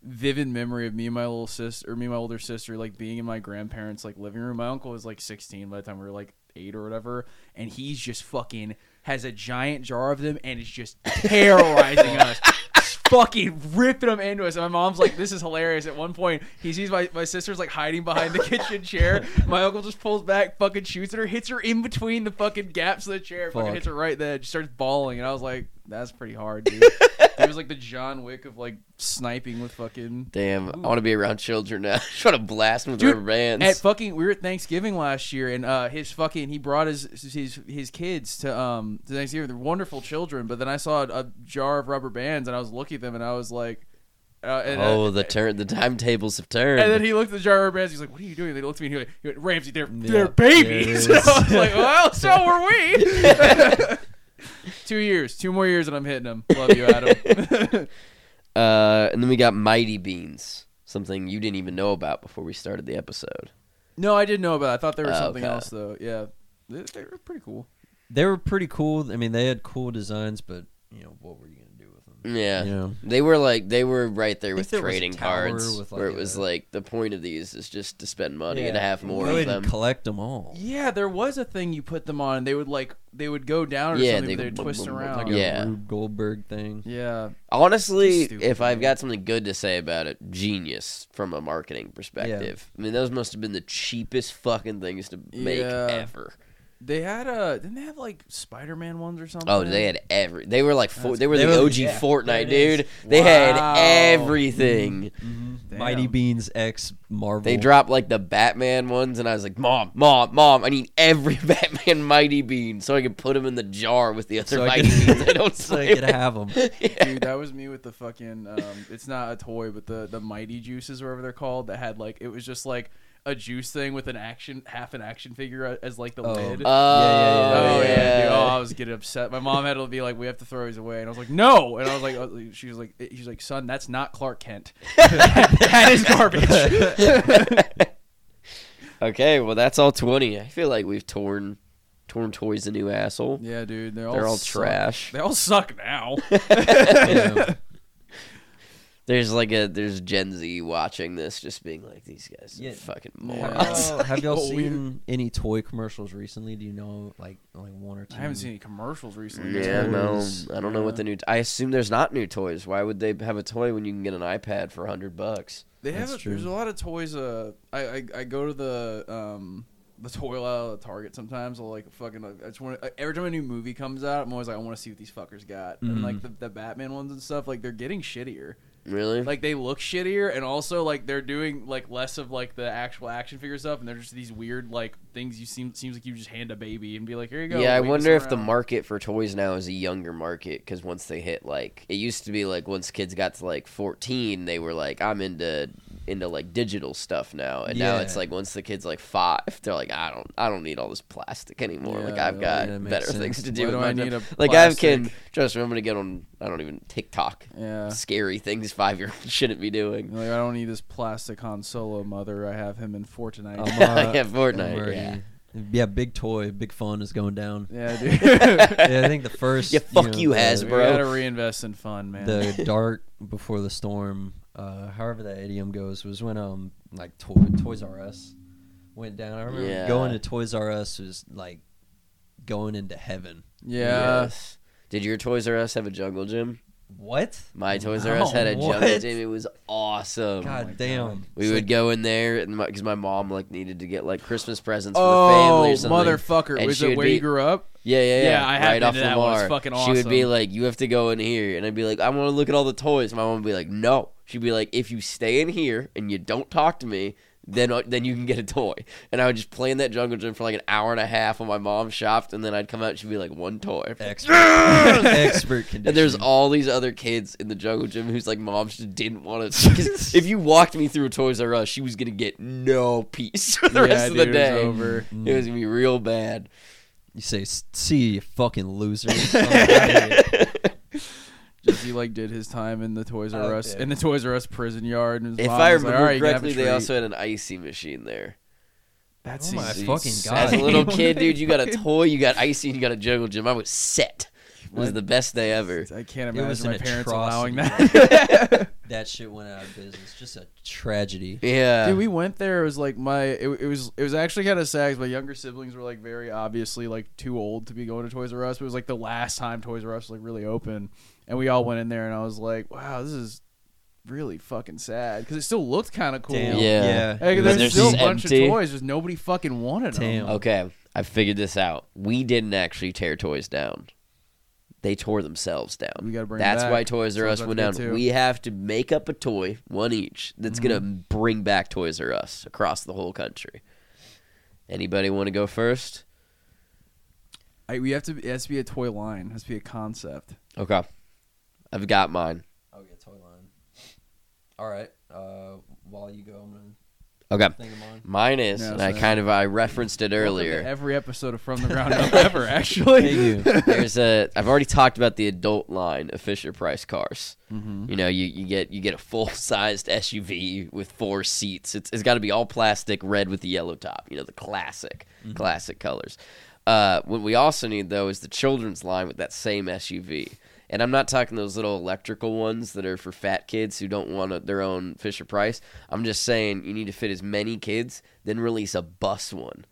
vivid memory of me and my little sister, or me and my older sister, like being in my grandparents' like living room. My uncle was like 16 by the time we were like eight or whatever, and he's just fucking has a giant jar of them and is just terrorizing us. Fucking ripping them into us. And my mom's like, this is hilarious. At one point, he sees my, my sister's like hiding behind the kitchen chair. My uncle just pulls back, fucking shoots at her, hits her in between the fucking gaps of the chair, fucking Fuck. hits her right there, just starts bawling. And I was like, that's pretty hard, dude. it was like the John Wick of like sniping with fucking. Damn, I want to be around children now. I just want to blast them with Dude, rubber bands. At fucking, we were at Thanksgiving last year, and uh, his fucking, he brought his his his kids to um to Thanksgiving. They're wonderful children, but then I saw a, a jar of rubber bands, and I was looking at them, and I was like, uh, and, oh, the turn, the timetables have turned. And then he looked at the jar of rubber bands. He's like, "What are you doing?" They looked at me. And he, went, he went, "Ramsey, they're Yeah, they're babies." there it is. I was like, "Well, so were we." two years, two more years, and I'm hitting them. Love you, Adam. uh, and then we got Mighty Beans, something you didn't even know about before we started the episode. no, I did know about. It. I thought there was Oh, something okay. else though. Yeah, they, they were pretty cool. They were pretty cool. I mean, they had cool designs, but you know what were you gonna do with them? Yeah. You know? They were like they were right there I think with there was a trading tower cards, with, where like, it was a- like the point of these is just to spend money and Yeah. have more Go of ahead and them. Collect them all. Yeah, there was a thing you put them on, and they would like they would go down or Yeah, something. they but would They'd boom, twist boom, boom, around. Like Yeah. a Rube Goldberg thing. yeah, Honestly, Stupid, if I've man. got something good to say about it, genius from a marketing perspective. I mean, those must have been the cheapest fucking things to make Yeah. ever. they had a. Didn't they have like Spider-Man ones or something? Oh, they had every. They were like fo- That's- they were they the were- OG yeah, there Fortnite, it is. Mm. dude. They Wow. had everything. Mighty Mm-hmm. Damn. Beans X Marvel. They dropped like the Batman ones, and I was like, "Mom, mom, mom! I need every Batman Mighty Bean so I can put them in the jar with the other so I Mighty Beans." I could, don't so I play could with." have them. Dude, that was me with the fucking. Um, it's not a toy, but the the mighty juices, or whatever they're called, that had like it was just like a juice thing with an action half an action figure uh, as like the Oh. lid. Oh, yeah, Oh yeah, yeah. dude. Oh, I was getting upset. My mom had to be like, "We have to throw these away," and I was like, "No!" And I was like, oh, "She was like, she's like, son, that's not Clark Kent. that is garbage." Okay, well that's all twenty. I feel like we've torn, torn toys a new asshole. yeah, dude, they're all They're all suck. trash. They all suck now. Yeah. There's like a there's Gen Z watching this, just being like, "These guys are Yeah. fucking Yeah. morons." Have y'all, have y'all Oh, weird. seen any toy commercials recently? Do you know like like one or two? I haven't seen any commercials recently. Yeah, no, Toys. I don't know what the new. I assume there's not new toys. Why would they have a toy when you can get an iPad for hundred bucks? They have That's a, true. there's a lot of toys. Uh, I, I I go to the um the toy aisle at Target sometimes. I'll like fucking. I just want every time a new movie comes out, I'm always like, I want to see what these fuckers got. And Mm-hmm. like the, the Batman ones and stuff, like they're getting shittier. Really? Like they look shittier, and also like they're doing like less of like the actual action figure stuff, and they're just these weird like things you seem seems like you just hand a baby and be like, here you go. yeah, I wait this wonder if the around." market for toys now is a younger market because once they hit like it used to be like once kids got to like fourteen, they were like I'm into into like digital stuff now, and now it's Yeah. like once the kids like five, they're like I don't I don't need all this plastic anymore. like Yeah, I've got yeah, that makes better sense. things to Why do. with do my I need time." a like I've can plastic? trust me, I'm gonna get on. I don't even TikTok. Yeah. Scary things five year olds shouldn't be doing. Like I don't need this plastic Han Solo mother. I have him in Fortnite. Um, yeah, uh, Fortnite. Already- Yeah. Yeah, big toy, big fun is going down. yeah, dude. Yeah, I think the first. Yeah, fuck you, the- Hasbro. we gotta reinvest in fun, man. The dark before the storm, uh, however that idiom goes, was when um like toy, Toys R Us went down. I remember Yeah. going to Toys R Us was like going into heaven. Yeah. Yes. Did your Toys R Us have a jungle gym? What? My Toys R No, Us had a jungle what? gym. It was awesome. God my damn. We It's would like- go in there, and because my, mom like needed to get like Christmas presents for the family Oh, or something. motherfucker! And Was she it would where be- you grew up? Yeah, yeah, yeah. Yeah, I have right been off to that one. Lamar. It's fucking She would be awesome. like, "You have to go in here," and I'd be like, "I want to look at all the toys." My mom would be like, "No." She'd be like, "If you stay in here and you don't talk to me." Then, uh, then you can get a toy, and I would just play in that jungle gym for like an hour and a half while my mom shopped, and then I'd come out. and She'd be like, "One toy," expert expert condition. and there's all these other kids in the jungle gym who's like, "Mom just didn't want to." 'cause if you walked me through Toys R Us, she was gonna get no peace for the yeah, rest of the dude, it was day. over. It was gonna be real bad. Mm. you say see you fucking loser. Oh, Fucking Just he like did his time in the Toys R Oh, Us dude. in the Toys R Us prison yard. And his If mom I was like, remember "All right, you can have a correctly, they treat." also had an icy machine there. that Oh seems my fucking insane. God. As a little What kid, are dude, you got a fucking- toy, you got icy, and you got a jungle gym. I was set. It was What? the best day ever. I can't It was imagine my an parents atrocity. allowing that. that shit went out of business. Just a tragedy. Yeah. Dude, we went there. It was like my. It, it was. It was actually kind of sad. 'cause My younger siblings were like very obviously like too old to be going to Toys R Us. But it was like the last time Toys R Us was like really open, and we all went in there, and I was like, wow, this is really fucking sad because it still looked kind of cool. Damn. Yeah. Like, But there's, there's still a just bunch empty. of toys, just nobody fucking wanted Damn. them. okay, I figured this out. We didn't actually tear toys down. They tore themselves down. We gotta bring 'em That's back. why Toys R That's Us what I went down. was about to get to. We have to make up a toy, one each, that's Mm-hmm. gonna bring back Toys R Us across the whole country. Anybody want to go first? I, we have to. It has to be a toy line. It has to be a concept. Okay, I've got mine. I'll get Oh, toy line. All right. Uh, while you go, I'm gonna Okay, think of mine. mine is, Yeah, and I same. kind of I referenced it Welcome to earlier. every episode of From the Ground Up ever actually. Thank There's a I've already talked about the adult line of Fisher Price cars. hmm You know, you, you get you get a full sized SUV with four seats. It's it's got to be all plastic, red with the yellow top. You know, the classic classic colors. Uh, what we also need though is the children's line with that same SUV. And I'm not talking those little electrical ones that are for fat kids who don't want a, their own Fisher Price. I'm just saying you need to fit as many kids, then release a bus one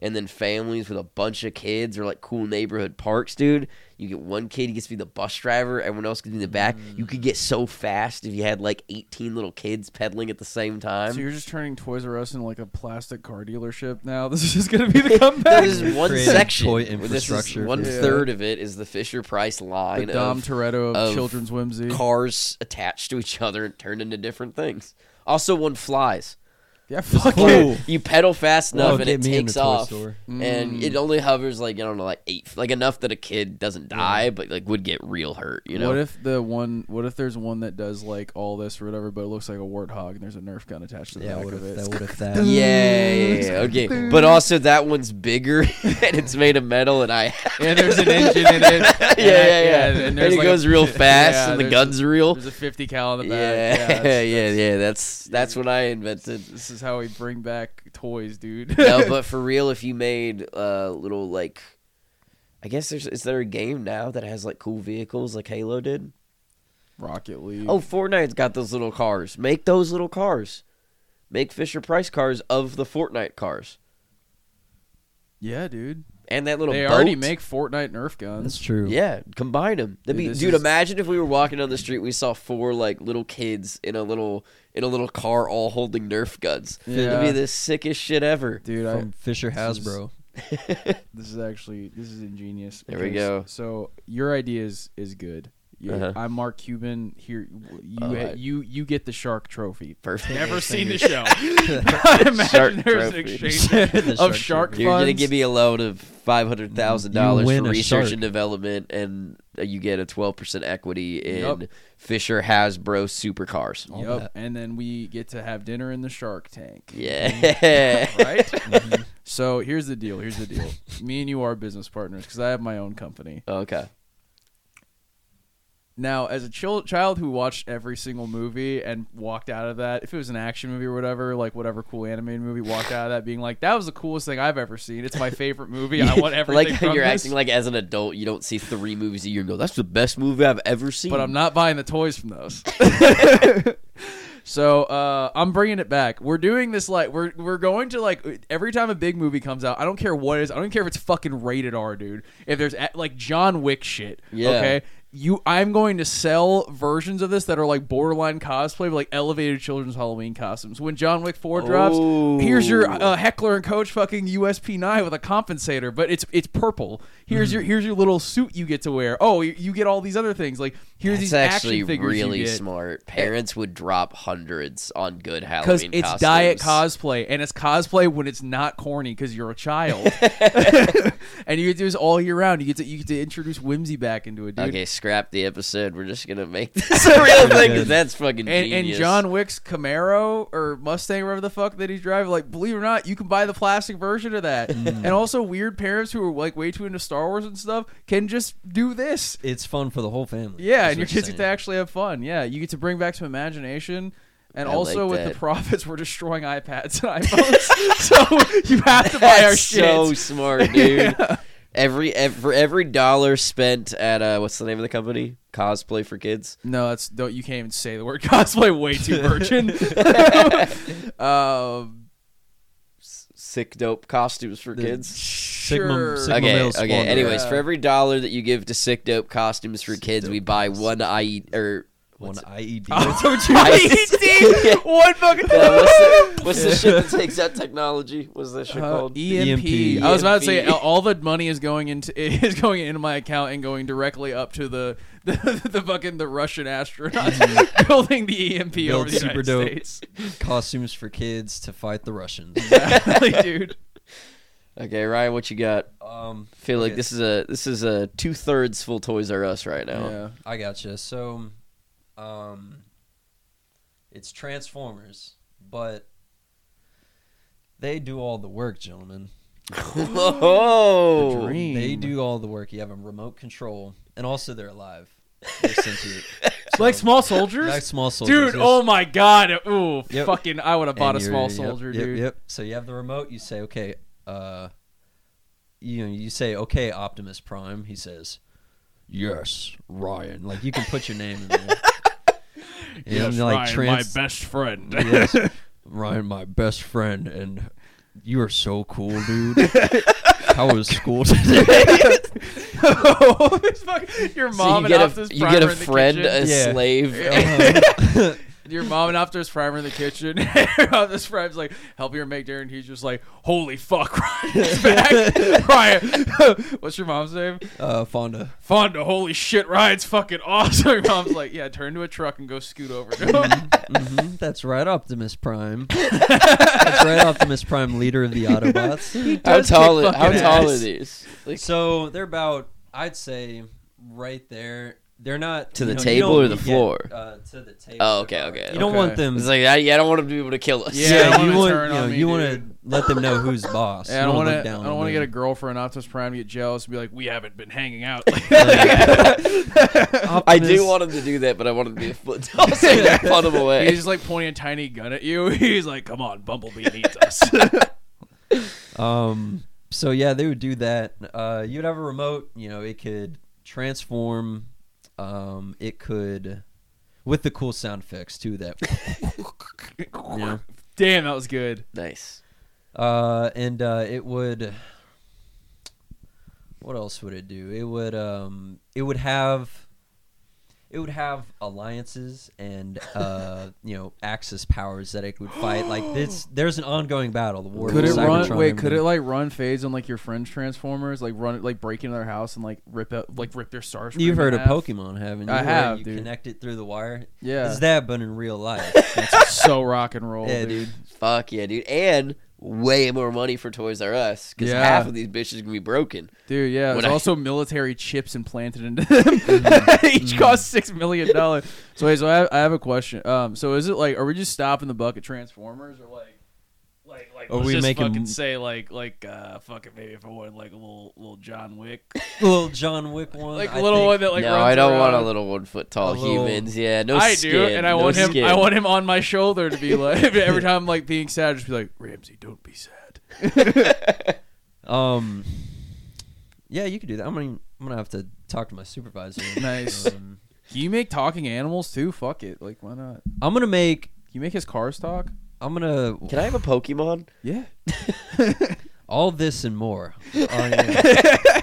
and then families with a bunch of kids or like cool neighborhood parks, dude. You get one kid, he gets to be the bus driver, everyone else gets to be in the back. You could get so fast if you had like 18 little kids pedaling at the same time. So you're just turning Toys R Us into like a plastic car dealership now. This is just gonna be the comeback. This is one Creative section. toy This is infrastructure. one Yeah. third of it is the Fisher Price the line Dom of Toretto of, of children's whimsy. cars attached to each other and turned into different things. Also, one flies. yeah, fuck cool. it. You pedal fast enough Well, and get it me in the takes toy off, store. Mm. and it only hovers like I don't know, like eight, like enough that a kid doesn't die, but like would get real hurt. You know, What if the one? What if there's one that does like all this or whatever, but it looks like a warthog and there's a Nerf gun attached to the Yeah. back What of if it? that? What if that? Yeah, yeah, yeah, okay. But also that one's bigger and it's made of metal, and I and there's an engine in it. yeah, yeah, yeah. And, And, there's it like goes a, real fast, yeah, and the there's gun's A, real. there's a 50 cal in the Yeah, back. Yeah, yeah, yeah, that's- yeah, That's that's what I invented. This is how we bring back toys, dude. no, but for real, if you made uh, little like, I guess there's is there a game now that has like cool vehicles like Halo did? Rocket League. Oh, Fortnite's got those little cars. Make those little cars. Make Fisher Price cars of the Fortnite cars, yeah, dude. and that little They boat. already make Fortnite Nerf guns. That's true. Yeah, combine them. Dude, That'd be, this dude, is- imagine if we were walking down the street, we saw four like little kids in a little in a little car, all holding Nerf guns. That'd Yeah. be the sickest shit ever. Dude, I, From Fisher this is- Hasbro. This is actually this is ingenious. There we because- go. So your idea is is good. You- Uh-huh. Oh, I'm Mark Cuban. Here, w- you All right. you you get the shark trophy. Perfect. Never seen the fingers. show. I Shark imagine there's trophy. an exchange The of shark shark You're gonna funds. give me a loan of five hundred thousand dollars You for win a research shark. and development, and you get a twelve percent equity in Yup. Oh. Fisher Hasbro supercars. all Yep, that. and then we get to have dinner in the Shark Tank. Yeah. Right. Mhm. So here's the deal. Here's the deal. Me and you are business partners because I have my own company. okay. Now, as a chil- child who watched every single movie and walked out of that, if it was an action movie or whatever, like whatever cool animated movie, walked out of that being like, that was the coolest thing I've ever seen. It's my favorite movie. I want everything like how from you're this." acting like as an adult, you don't see three movies a year and go, "That's the best movie I've ever seen." but I'm not buying the toys from those. So uh, I'm bringing it back. We're doing this like we're we're going to like every time a big movie comes out. I don't care what it is. I don't care if it's fucking rated R, dude. If there's a- like John Wick shit, Yeah. okay. You, I'm going to sell versions of this that are like borderline cosplay, but like elevated children's Halloween costumes. When John Wick Four drops, here's your Ooh. uh, heckler and coach fucking USP nine with a compensator, but it's it's purple. Here's Hmm. your here's your little suit you get to wear. Oh, you, you get all these other things. Like here's That's these actually action figures really you get. smart. Parents would drop hundreds on good Because Halloween it's costumes. diet cosplay, and it's cosplay when it's not corny because you're a child, and you get to do this all year round. You get to you get to introduce whimsy back into it, dude. Okay, scrap the episode. We're just gonna make this a real thing. 'cause good. That's fucking And, and genius. John Wick's Camaro or Mustang, whatever the fuck that he's driving, like believe it or not, you can buy the plastic version of that. Mm. and also, weird parents who are like way too into Star Wars and stuff can just do this. It's fun for the whole family. Yeah, is and your what kids you're get to actually have fun. Yeah, you get to bring back some imagination. And I also like with the that. profits, we're destroying iPads and iPhones, so you have to buy our That's shit. so smart, dude. Every, ev for every dollar spent at uh, what's the name of the company? Cosplay for kids. No, that's don't you can't even say the word cosplay. Way too virgin. um, S- Sick dope costumes for The- kids. Sigma- sure. Sigma Okay, male okay. squander. Anyways, Yeah. for every dollar that you give to sick dope costumes for kids, we buy one IE or One what's it- IED. That's what you I- mean, dude. One fucking. Uh, what's, the, what's the shit that takes out technology? What's that shit Uh-huh. Uh, E- called? EMP. EMP. I was about to say EMP. all- all the money is going into is going into my account and going directly up to the the, the fucking the Russian Mm-hmm. astronauts building the EMP over Build the super United dope. States. Costumes for kids to fight the Russians. Exactly, dude. Okay, Ryan, what you got? um, feel like Okay. this is a this is a two thirds full Toys R Us right now. Yeah. I gotcha. So, um, it's Transformers, but they do all the work, gentlemen. oh, dream. They Mean. do all the work. You have a remote control, and also they're alive. They're sentient. Like So- small soldiers. Like small soldiers. Dude, yes. oh my god. Ooh, Yep. fucking I would have bought a And small you're- soldier, yep, yep, dude. Yep. So you have the remote. You say, okay, uh, you know, you say, okay, Optimus Prime. He says, yes, Ryan. Like you can put your name in there. You know, and, like, trans- best friend. yes, Ryan, my best friend, and you are so cool, dude. How was school today? Oh, It's fucking- your So mom you and get Optimus a you Prime get a are in the friend, kitchen. a Yeah. slave. Your mom and Optimus Prime are in the kitchen. Optimus Prime's like, help her make dinner. And he's just like, holy fuck, Ryan's back. Ryan, what's your mom's name? uh, Fonda. Fonda, holy shit, Ryan's fucking awesome. Your mom's like, yeah, turn to a truck and go scoot over to him. hmm That's right, Optimus Prime. That's right, Optimus Prime, leader of the Autobots. how does tall? kick Are, how fucking ass. tall are these? Like, So they're about, I'd say, right there. They're not To you the know, you table don't or the get, floor? uh, to the table. Oh, okay, They're about- okay, You don't okay. want them. it's like I, yeah, I don't want them to be able to kill us. Yeah, I don't you wanna want turn you, know, on me, you want to dude. let them know who's boss. Yeah, I You don't wanna want look to. down I don't on want to them. get a girlfriend, Optimus Prime, to get jealous and be like, "We haven't been hanging out." Oh, I Optimus- do want them to do that, but I want them to be a foot tall, so I can punt them away. he's just like pointing a tiny gun at you. He's like, "Come on, Bumblebee needs us." Um. So yeah, they would do that. Uh, you'd have a remote. You know, it could transform. Um, it could, with the cool sound effects too. That Yeah. Damn, that was good. nice. uh, and uh, it would. What else would it do? It would. Um, it would have. It would have alliances and uh, you know Axis powers that it would fight. Like this, there's an ongoing battle. The war. Could it with run? Cybertron Wait, could and- it like run phase on like your friend's Transformers? Like run, like break into their house and like rip out, like rip their stars. You've heard of Pokemon, haven't you? I Where have, You dude. connect it through the wire. Yeah. It's that, but in real life. That's so rock and roll, yeah, dude. dude. Fuck yeah, dude, and way more money for Toys R Us because Yeah. half of these bitches gonna be broken. Dude, yeah. When There's I- also military chips implanted into them. Mm-hmm. Each cost six million dollars. So wait, so I have, I have a question. Um, so is it like, are we just stopping the buck at Transformers, or like, like, like, Are let's we just making- fucking say like, like, uh, fucking maybe if I wanted like a little, little John Wick, little John Wick one. like I a little one think. that like. no, runs I don't want a around. little one foot tall A little- humans. Yeah, no I skin. do, and I no want him. skin. I want him on my shoulder to be like every time. I'm like being sad, just be like Ramsey, don't be sad. Um. Yeah, you could do that. I'm gonna. I'm gonna have to talk to my supervisor. Nice. Um, Can you make talking animals too? Fuck it, like why not? I'm gonna make you make his cars talk? I'm gonna Can I have a Pokemon? Yeah. Oh, all this and more. on, uh,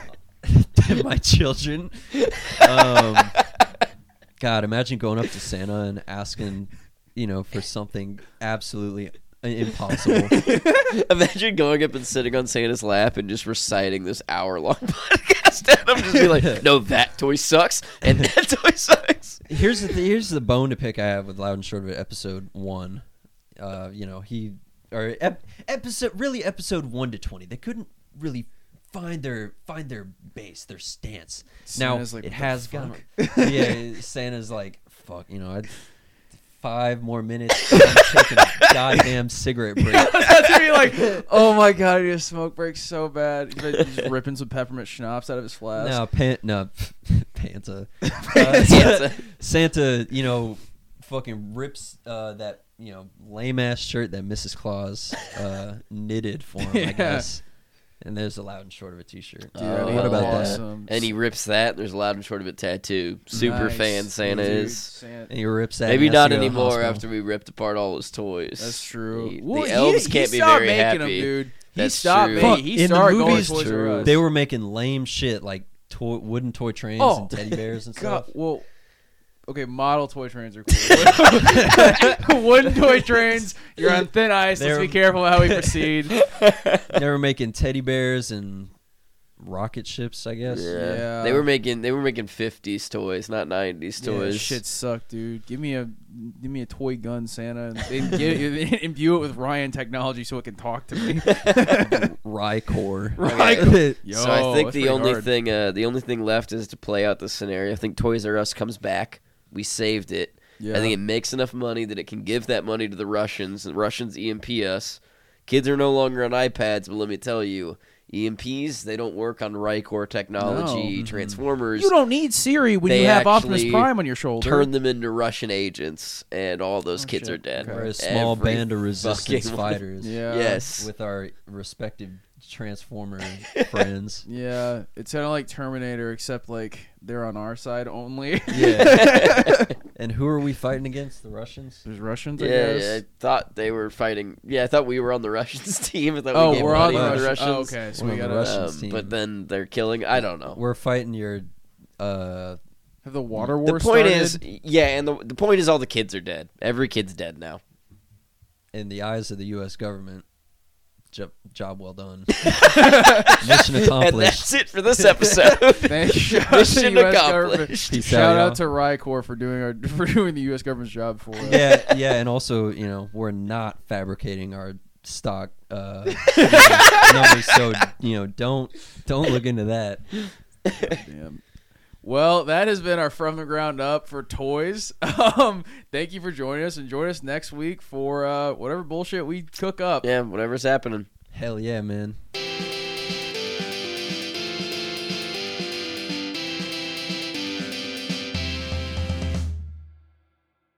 my children. Um, God, imagine going up to Santa and asking, you know, for something absolutely uh, impossible. Imagine going up and sitting on Santa's lap and just reciting this hour long podcast. And I'm just be like, no, that toy sucks, and that toy sucks. here's the here's the bone to pick I have with Loud and Short of it, episode one. Uh, you know he or ep- episode really episode one to twenty. They couldn't really find their find their base, their stance. Santa's now like, it "What the has gone. yeah, Santa's like fuck. You know, I, five more minutes. I'm taking a goddamn cigarette break. That's me like, oh my god, he just smoke break so bad. He's like- he's just ripping some peppermint schnapps out of his flask. No, pant, no, Panta. Panta. Uh, Santa, you know, fucking rips uh, that you know lame ass shirt that Mrs. Claus uh, knitted for him, Yeah. I guess. And there's a loud and short of a T-shirt. Dude, I Oh, love what about that? awesome. And he rips that. There's a loud and short of it tattoo. Super Nice. fan Santa Dude, is. Santa- And he rips that. Maybe and has not to go to the anymore hospital. after we ripped apart all his toys. That's true. The, Well, the he- elves he can't be stopped very making 'em, happy. dude. He That's stopped. true. ma- Fuck, he in the started going movies, Toys R true. Us. They were making lame shit like toy, wooden toy trains Oh. and teddy bears and God, stuff. well, okay, model toy trains are cool. Wooden toy trains, you're on thin ice. They're- Let's be careful how we proceed. they were making teddy bears and rocket ships, I guess. Yeah. Yeah. They were making they were making 50s toys, not 90s Yeah, toys. shit sucked, dude. Give me a give me a toy gun, Santa, and, and get, imbue it with Ryan technology so it can talk to me. Rycor. Rycor. Yo, so I think that's the pretty only hard. thing uh, the only thing left is to play out the scenario. I think Toys R Us comes back. We saved it. Yeah. I think it makes enough money that it can give that money to the Russians. The Russians EMP us. Kids are no longer on iPads, but let me tell you, EMPs they don't work on Rycor technology. No. Mm-hmm. Transformers you don't need Siri when They you have Optimus actually Prime on your shoulder. turn them into Russian agents, and all those kids Oh, shit. are dead. Okay. We're a small Every band of resistance fucking one. fighters. yeah. Yes. With our respective Transformer friends. Yeah, it's kind of like Terminator, except like they're on our side only. Yeah. and who are we fighting against? The Russians? There's Russians, I Yeah, guess. yeah, I thought they were fighting. Yeah, I thought we were on the Russians team. I thought we Oh, gave we're on money the Russians. to the Russians. Oh, okay, so We're we on the got Russians. to Um, team. But then they're killing. I don't know. We're fighting your uh have the water war. The point started. is, yeah, and the the point is, all the kids are dead. Every kid's dead now. in the eyes of the US government. Job, job well done. Mission And accomplished. that's it for this episode. Thanks, shout out to Mission the US government. accomplished. Peace Shout out, out to Rycor for doing our for doing the U.S. government's job for us. Yeah, yeah, and also, you know, we're not fabricating our stock uh numbers, so you know, don't don't look into that. Damn. Well, that has been our from the ground up for toys. Um, thank you for joining us, and join us next week for uh, whatever bullshit we cook up. Yeah, whatever's happening. Hell yeah, man.